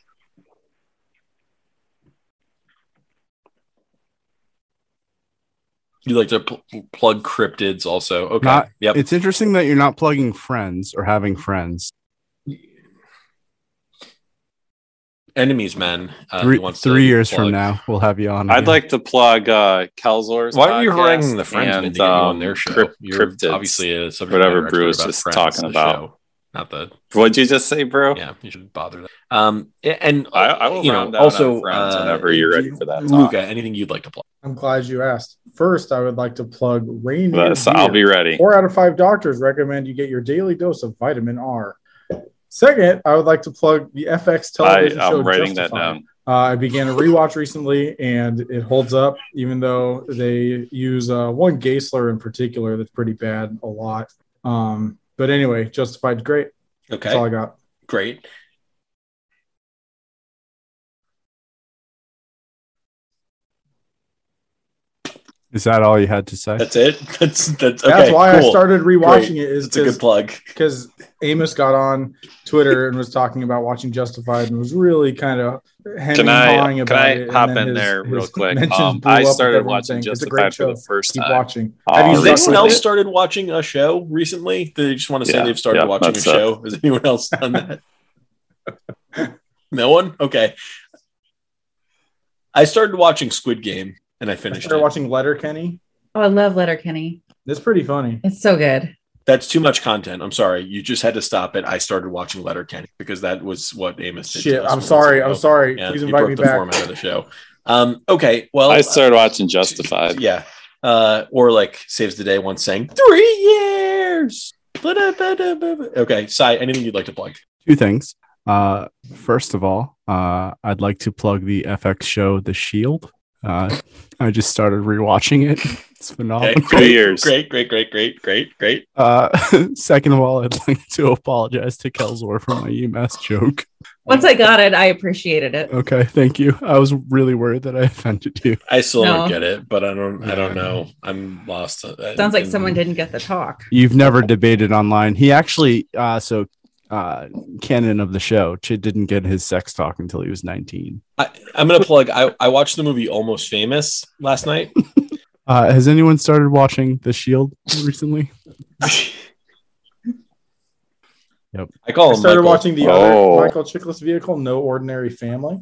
Speaker 1: You'd like to pl- plug cryptids also. Okay.
Speaker 2: Not-
Speaker 1: yep.
Speaker 2: It's interesting that you're not plugging friends or having friends.
Speaker 1: Enemies men. Uh, who
Speaker 2: three
Speaker 1: wants to
Speaker 2: three years
Speaker 1: plug?
Speaker 2: from now, we'll have you on.
Speaker 4: I'd
Speaker 2: again.
Speaker 4: like to plug uh, Kelsor's.
Speaker 1: Why are you
Speaker 4: podcast
Speaker 1: haranguing the friends
Speaker 4: and,
Speaker 1: to get you on
Speaker 4: um,
Speaker 1: their show?
Speaker 4: Crypt-
Speaker 1: You're
Speaker 4: cryptids.
Speaker 1: obviously a subject
Speaker 4: whatever
Speaker 1: matter expert
Speaker 4: Brew was
Speaker 1: about
Speaker 4: just
Speaker 1: Friends,
Speaker 4: talking
Speaker 1: the
Speaker 4: about.
Speaker 1: show, not the
Speaker 4: What'd you just say, bro?
Speaker 1: yeah, you shouldn't bother that. Um, a- and
Speaker 4: I- I will
Speaker 1: you know,
Speaker 4: round down
Speaker 1: also
Speaker 4: on friends
Speaker 1: uh,
Speaker 4: whenever you're ready for that talk.
Speaker 1: Luca, anything you'd like to plug?
Speaker 6: I'm glad you asked. First, I would like to plug Reindeer.
Speaker 4: But- so I'll
Speaker 6: Beer.
Speaker 4: be ready.
Speaker 6: Four out of five doctors recommend you get your daily dose of vitamin R. Second, I would like to plug the FX
Speaker 4: I,
Speaker 6: television show.
Speaker 4: I'm writing that
Speaker 6: Justified.
Speaker 4: down.
Speaker 6: Uh, I began a rewatch recently, and it holds up, even though they use uh, one gay slur in particular that's pretty bad a lot. Um, but anyway, Justified's great. That's all
Speaker 1: Okay,
Speaker 6: I got.
Speaker 1: great.
Speaker 2: Is that all you had to say?
Speaker 1: That's it. That's that's okay.
Speaker 6: That's why
Speaker 1: cool.
Speaker 6: I started rewatching it. Is
Speaker 1: That's a good
Speaker 6: because
Speaker 1: plug.
Speaker 6: because Amos got on Twitter and was talking about watching Justified and was really kind of
Speaker 4: Can I
Speaker 6: about
Speaker 4: can I
Speaker 6: it,
Speaker 4: hop
Speaker 6: and then
Speaker 4: in
Speaker 6: his-
Speaker 4: there real
Speaker 6: his
Speaker 4: quick?
Speaker 6: mentions
Speaker 4: Um,
Speaker 6: blew
Speaker 4: I
Speaker 6: up with
Speaker 4: started
Speaker 6: everyone
Speaker 4: watching
Speaker 6: saying, "It's a
Speaker 4: Justified
Speaker 6: great
Speaker 4: for
Speaker 6: show.
Speaker 4: the first
Speaker 6: Keep
Speaker 4: time.
Speaker 6: watching.
Speaker 4: Have
Speaker 6: you
Speaker 1: Has
Speaker 6: stuck with
Speaker 1: anyone else
Speaker 6: it?
Speaker 1: started watching a show recently? They just want to say
Speaker 4: Yeah,
Speaker 1: they've started
Speaker 4: yeah,
Speaker 1: watching a
Speaker 4: that's it.
Speaker 1: show. Has anyone else done that? no one. Okay. I started watching Squid Game and I
Speaker 6: I
Speaker 1: finished
Speaker 6: started
Speaker 1: it.
Speaker 6: watching Letterkenny.
Speaker 3: Oh, I love Letterkenny.
Speaker 6: It's pretty funny.
Speaker 3: It's so good.
Speaker 1: That's too much content. I'm sorry. You just had to stop it. I started watching Letterkenny because that was what Amos did. to
Speaker 6: Shit,
Speaker 1: us
Speaker 6: I'm
Speaker 1: once
Speaker 6: sorry.
Speaker 1: ago.
Speaker 6: I'm sorry.
Speaker 1: Yeah,
Speaker 6: Please
Speaker 1: you
Speaker 6: invite
Speaker 1: broke
Speaker 6: me
Speaker 1: the format
Speaker 6: back.
Speaker 1: of the show. Um, okay. Well,
Speaker 4: I started watching
Speaker 1: uh,
Speaker 4: Justified.
Speaker 1: Yeah. Uh, or like saves the day once saying three years. Ba-da-ba-da-ba-ba. Okay. Sai, anything you'd like to plug?
Speaker 2: Two things. Uh, first of all, uh, I'd like to plug the FX show The Shield. Uh, I just started rewatching it. It's
Speaker 1: Okay.
Speaker 2: phenomenal.
Speaker 1: Great,
Speaker 4: Oh, years.
Speaker 1: Great, great, great, great, great, great.
Speaker 2: Uh, second of all, I'd like to apologize to Kelsor for my UMass joke.
Speaker 3: Once I got it, I appreciated it.
Speaker 2: Okay, thank you. I was really worried that I offended you.
Speaker 1: I still don't
Speaker 3: No.
Speaker 1: get it, but I don't. I don't
Speaker 2: Yeah.
Speaker 1: know. I'm lost.
Speaker 3: Sounds like someone didn't get the talk.
Speaker 2: You've never debated online. He actually, uh, so uh, canon of the show, Chid didn't get his sex talk until he was 19.
Speaker 1: I, I'm gonna plug. I, I watched the movie Almost Famous last night.
Speaker 2: Uh, has anyone started watching The Shield recently? Yep.
Speaker 1: I call
Speaker 6: I
Speaker 1: him.
Speaker 6: started
Speaker 1: Michael.
Speaker 6: watching the
Speaker 4: Oh.
Speaker 6: other Michael Chiklis vehicle, No Ordinary Family.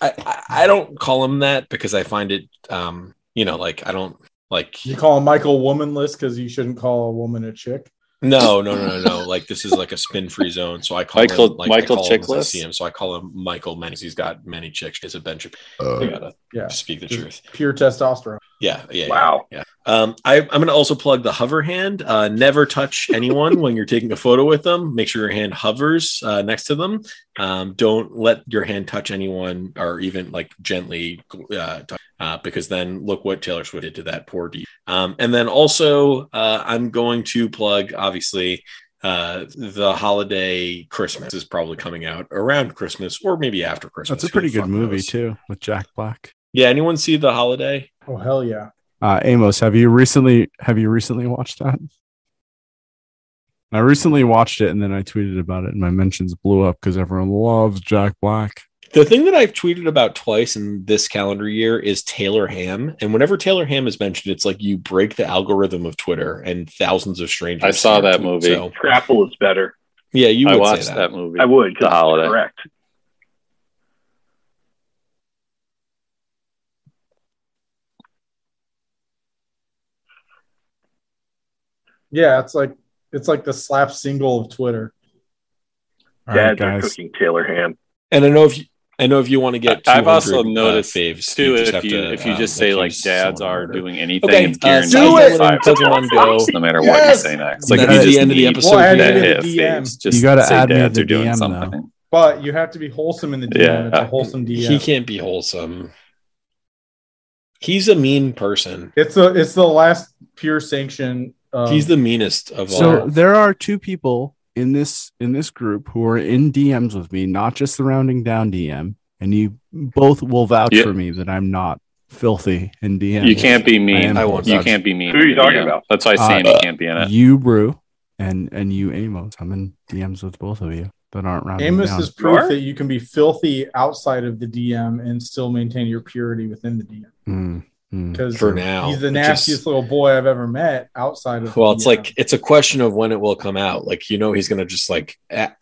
Speaker 1: I, I I don't call him that because I find it. Um, you know, like I don't like.
Speaker 6: You call him Michael womanless because you shouldn't call a woman a chick.
Speaker 1: No, no, no, no, no. Like this is like a spin free zone. So I call
Speaker 4: Michael-
Speaker 1: him like
Speaker 4: Michael
Speaker 1: I call him as I
Speaker 4: Chickless?
Speaker 1: see him. So I call him Michael Many. He's got many chicks. It's a bench. I gotta
Speaker 6: Uh, Yeah,
Speaker 1: speak the
Speaker 6: Just-
Speaker 1: truth.
Speaker 6: pure testosterone.
Speaker 1: Yeah, yeah. yeah.
Speaker 5: Wow.
Speaker 1: Um, I, I'm going to also plug the hover hand. Uh, never touch anyone when you're taking a photo with them. Make sure your hand hovers uh, next to them. Um, don't let your hand touch anyone or even like gently, uh, touch, uh, because then look what Taylor Swift did to that poor D. Um, and then also, uh, I'm going to plug obviously. Uh, the holiday Christmas is probably coming out around Christmas or maybe after Christmas.
Speaker 2: That's a
Speaker 1: Who
Speaker 2: pretty
Speaker 1: the
Speaker 2: good
Speaker 1: fuck
Speaker 2: movie,
Speaker 1: knows?
Speaker 2: too, with Jack Black.
Speaker 1: Yeah. Anyone see the holiday?
Speaker 6: Oh hell yeah!
Speaker 2: Uh, Amos, have you recently have you recently watched that? I recently watched it and then I tweeted about it and my mentions blew up because everyone loves Jack Black.
Speaker 1: The thing that I've tweeted about twice in this calendar year is Taylor Ham. And whenever Taylor Ham is mentioned, it's like you break the algorithm of Twitter and thousands of strangers.
Speaker 4: I saw
Speaker 1: start
Speaker 4: that
Speaker 1: to-
Speaker 4: movie.
Speaker 1: So,
Speaker 5: Scrapple is better.
Speaker 1: yeah, you would
Speaker 4: I
Speaker 1: say
Speaker 4: watched
Speaker 1: that.
Speaker 4: that. movie.
Speaker 5: I would. 'cause
Speaker 4: The holiday.
Speaker 5: it's Correct.
Speaker 6: Yeah, it's like it's like the slap single of Twitter.
Speaker 2: All
Speaker 5: Dads
Speaker 2: right,
Speaker 5: are
Speaker 2: guys.
Speaker 5: cooking Taylor ham.
Speaker 1: And I know if you, I know if you want to get,
Speaker 4: I- I've
Speaker 1: 200,
Speaker 4: also
Speaker 1: uh,
Speaker 4: noticed
Speaker 1: faves,
Speaker 4: too
Speaker 1: just
Speaker 4: if
Speaker 1: have
Speaker 4: you
Speaker 1: to,
Speaker 4: if you
Speaker 1: um,
Speaker 4: just say
Speaker 1: accuse
Speaker 4: like dads
Speaker 1: someone
Speaker 4: are
Speaker 1: of it.
Speaker 4: doing anything,
Speaker 1: Okay,
Speaker 4: it's
Speaker 1: uh,
Speaker 4: guaranteed
Speaker 1: do
Speaker 4: like
Speaker 1: it!
Speaker 4: five to
Speaker 1: Pokemon
Speaker 4: one
Speaker 1: Go.
Speaker 4: faves, no matter what you
Speaker 6: Yes!
Speaker 4: say next. Like
Speaker 1: That's
Speaker 4: you
Speaker 1: the
Speaker 4: just
Speaker 1: end of the
Speaker 4: need
Speaker 1: episode
Speaker 6: Well, and
Speaker 4: to
Speaker 1: here.
Speaker 6: it-
Speaker 4: have
Speaker 6: the DM.
Speaker 4: faves. Just
Speaker 2: You gotta
Speaker 4: say
Speaker 2: add me
Speaker 4: dads
Speaker 2: to
Speaker 4: are doing
Speaker 2: DM, though.
Speaker 4: something.
Speaker 6: But you have to be wholesome in the DM.
Speaker 4: Yeah.
Speaker 6: It's a wholesome DM.
Speaker 1: He can't be wholesome. He's a mean person.
Speaker 6: It's the it's the last pure sanction. Of,
Speaker 1: He's the meanest of
Speaker 2: So
Speaker 1: all.
Speaker 2: there are two people in this in this group who are in DMs with me, not just the rounding down DM, and you both will vouch
Speaker 4: Yeah.
Speaker 2: for me that I'm not filthy in DM.
Speaker 4: You can't be mean.
Speaker 2: am
Speaker 1: I won't
Speaker 4: You
Speaker 1: vouch.
Speaker 4: can't be mean.
Speaker 5: Who are you
Speaker 4: in the
Speaker 5: talking
Speaker 4: DM.
Speaker 5: about?
Speaker 4: That's why
Speaker 2: Uh,
Speaker 4: Sammy can't be in it.
Speaker 2: You brew and and you Amos. I'm in DMs with both of you that aren't rounding
Speaker 6: Amos
Speaker 2: down.
Speaker 6: is proof
Speaker 5: Sure.
Speaker 6: that you can be filthy outside of the DM and still maintain your purity within the DM.
Speaker 2: Mm, mm.
Speaker 6: Because
Speaker 1: For now,
Speaker 6: he's the
Speaker 1: It
Speaker 6: nastiest
Speaker 1: just-
Speaker 6: little boy I've ever met outside of. the
Speaker 1: Well, it's
Speaker 6: DM.
Speaker 1: like it's a question of when it will come out. Like you know, he's gonna just like a-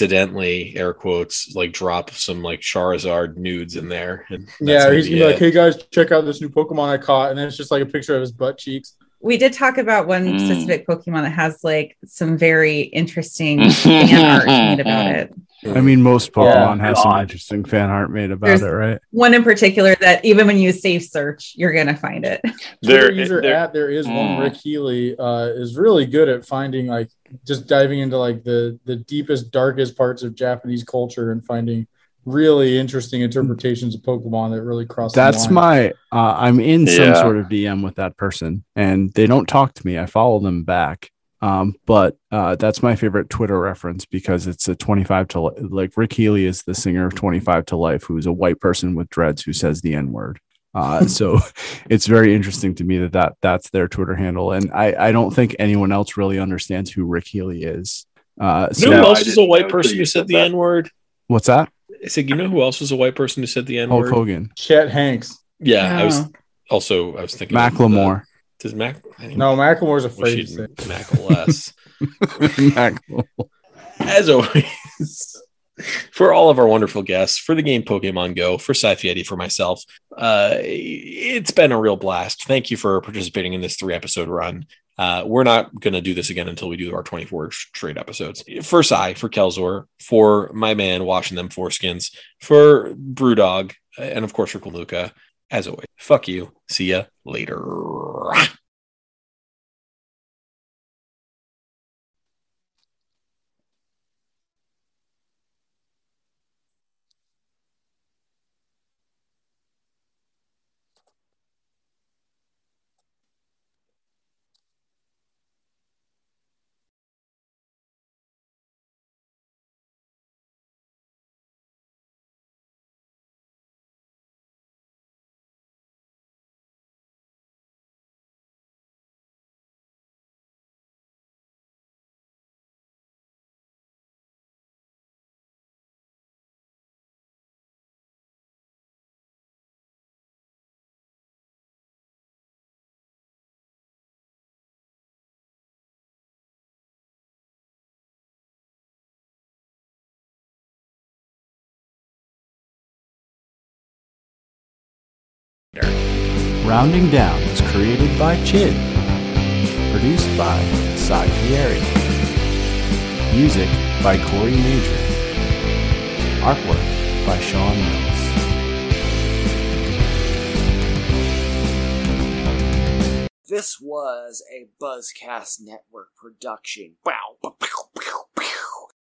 Speaker 1: accidentally, air quotes, like drop some like Charizard nudes in there. And that's
Speaker 6: yeah, he's
Speaker 1: be
Speaker 6: gonna be like,
Speaker 1: it.
Speaker 6: "Hey guys, check out this new Pokemon I caught," and then it's just like a picture of his butt cheeks.
Speaker 3: We did talk about one
Speaker 4: Mm.
Speaker 3: specific Pokemon that has like some very interesting fan art made about it.
Speaker 2: I mean, most Pokemon
Speaker 5: Oh,
Speaker 2: have some
Speaker 5: God.
Speaker 2: interesting fan art made about
Speaker 3: There's-
Speaker 2: it, right?
Speaker 3: One in particular that even when you safe search, you're gonna find it.
Speaker 6: Twitter
Speaker 4: There-
Speaker 6: user
Speaker 4: there-
Speaker 6: at there is one
Speaker 4: Mm.
Speaker 6: Rick Healy uh, is really good at finding like just diving into like the the deepest darkest parts of Japanese culture and finding really interesting interpretations of Pokemon that really cross. the
Speaker 2: That's
Speaker 6: line.
Speaker 2: my. Uh, I'm in some
Speaker 4: Yeah.
Speaker 2: sort of DM with that person, and they don't talk to me. I follow them back. Um, but uh, that's my favorite Twitter reference because it's a 25 to li- like Rick Healy is the singer of 25 to Life, who's a white person with dreads who says the N word. Uh, so it's very interesting to me that, that that's their Twitter handle, and I I don't think anyone else really understands who Rick Healy is. Uh,
Speaker 1: you
Speaker 2: so
Speaker 1: know
Speaker 5: No,
Speaker 1: who
Speaker 5: I
Speaker 1: else is a
Speaker 5: didn't
Speaker 1: white
Speaker 5: know
Speaker 1: person
Speaker 5: till
Speaker 1: who
Speaker 5: you
Speaker 1: said
Speaker 5: said
Speaker 1: the
Speaker 5: that.
Speaker 1: N word?
Speaker 2: what's that?
Speaker 1: I said, you know who else was a white person who said the N
Speaker 2: Hulk
Speaker 1: word?
Speaker 2: Hogan,
Speaker 6: Chet Hanks.
Speaker 1: Yeah, I was
Speaker 3: Oh.
Speaker 1: also I was thinking of the-
Speaker 2: Macklemore,
Speaker 1: Does Mac? I didn't-
Speaker 6: No, Macklemore's
Speaker 1: wish
Speaker 6: afraid to say.
Speaker 1: he'd Mackles.
Speaker 2: Macklemore.
Speaker 1: as always, for all of our wonderful guests, for the game Pokemon Go, for Sci-Fi for myself, uh, it's been a real blast. Thank you for participating in this three-episode run. Uh, we're not going to do this again until we do our 24 straight episodes. For Psy, for Kelzor, for my man washing them foreskins, for Brewdog, and of course for Kaluka. As always, fuck you. See ya later.
Speaker 2: Rounding Down was created by Chid, produced by Cy Fieri, music by Corey Major, artwork by Sean Mills.
Speaker 8: This was a Buzzcast Network production. Wow.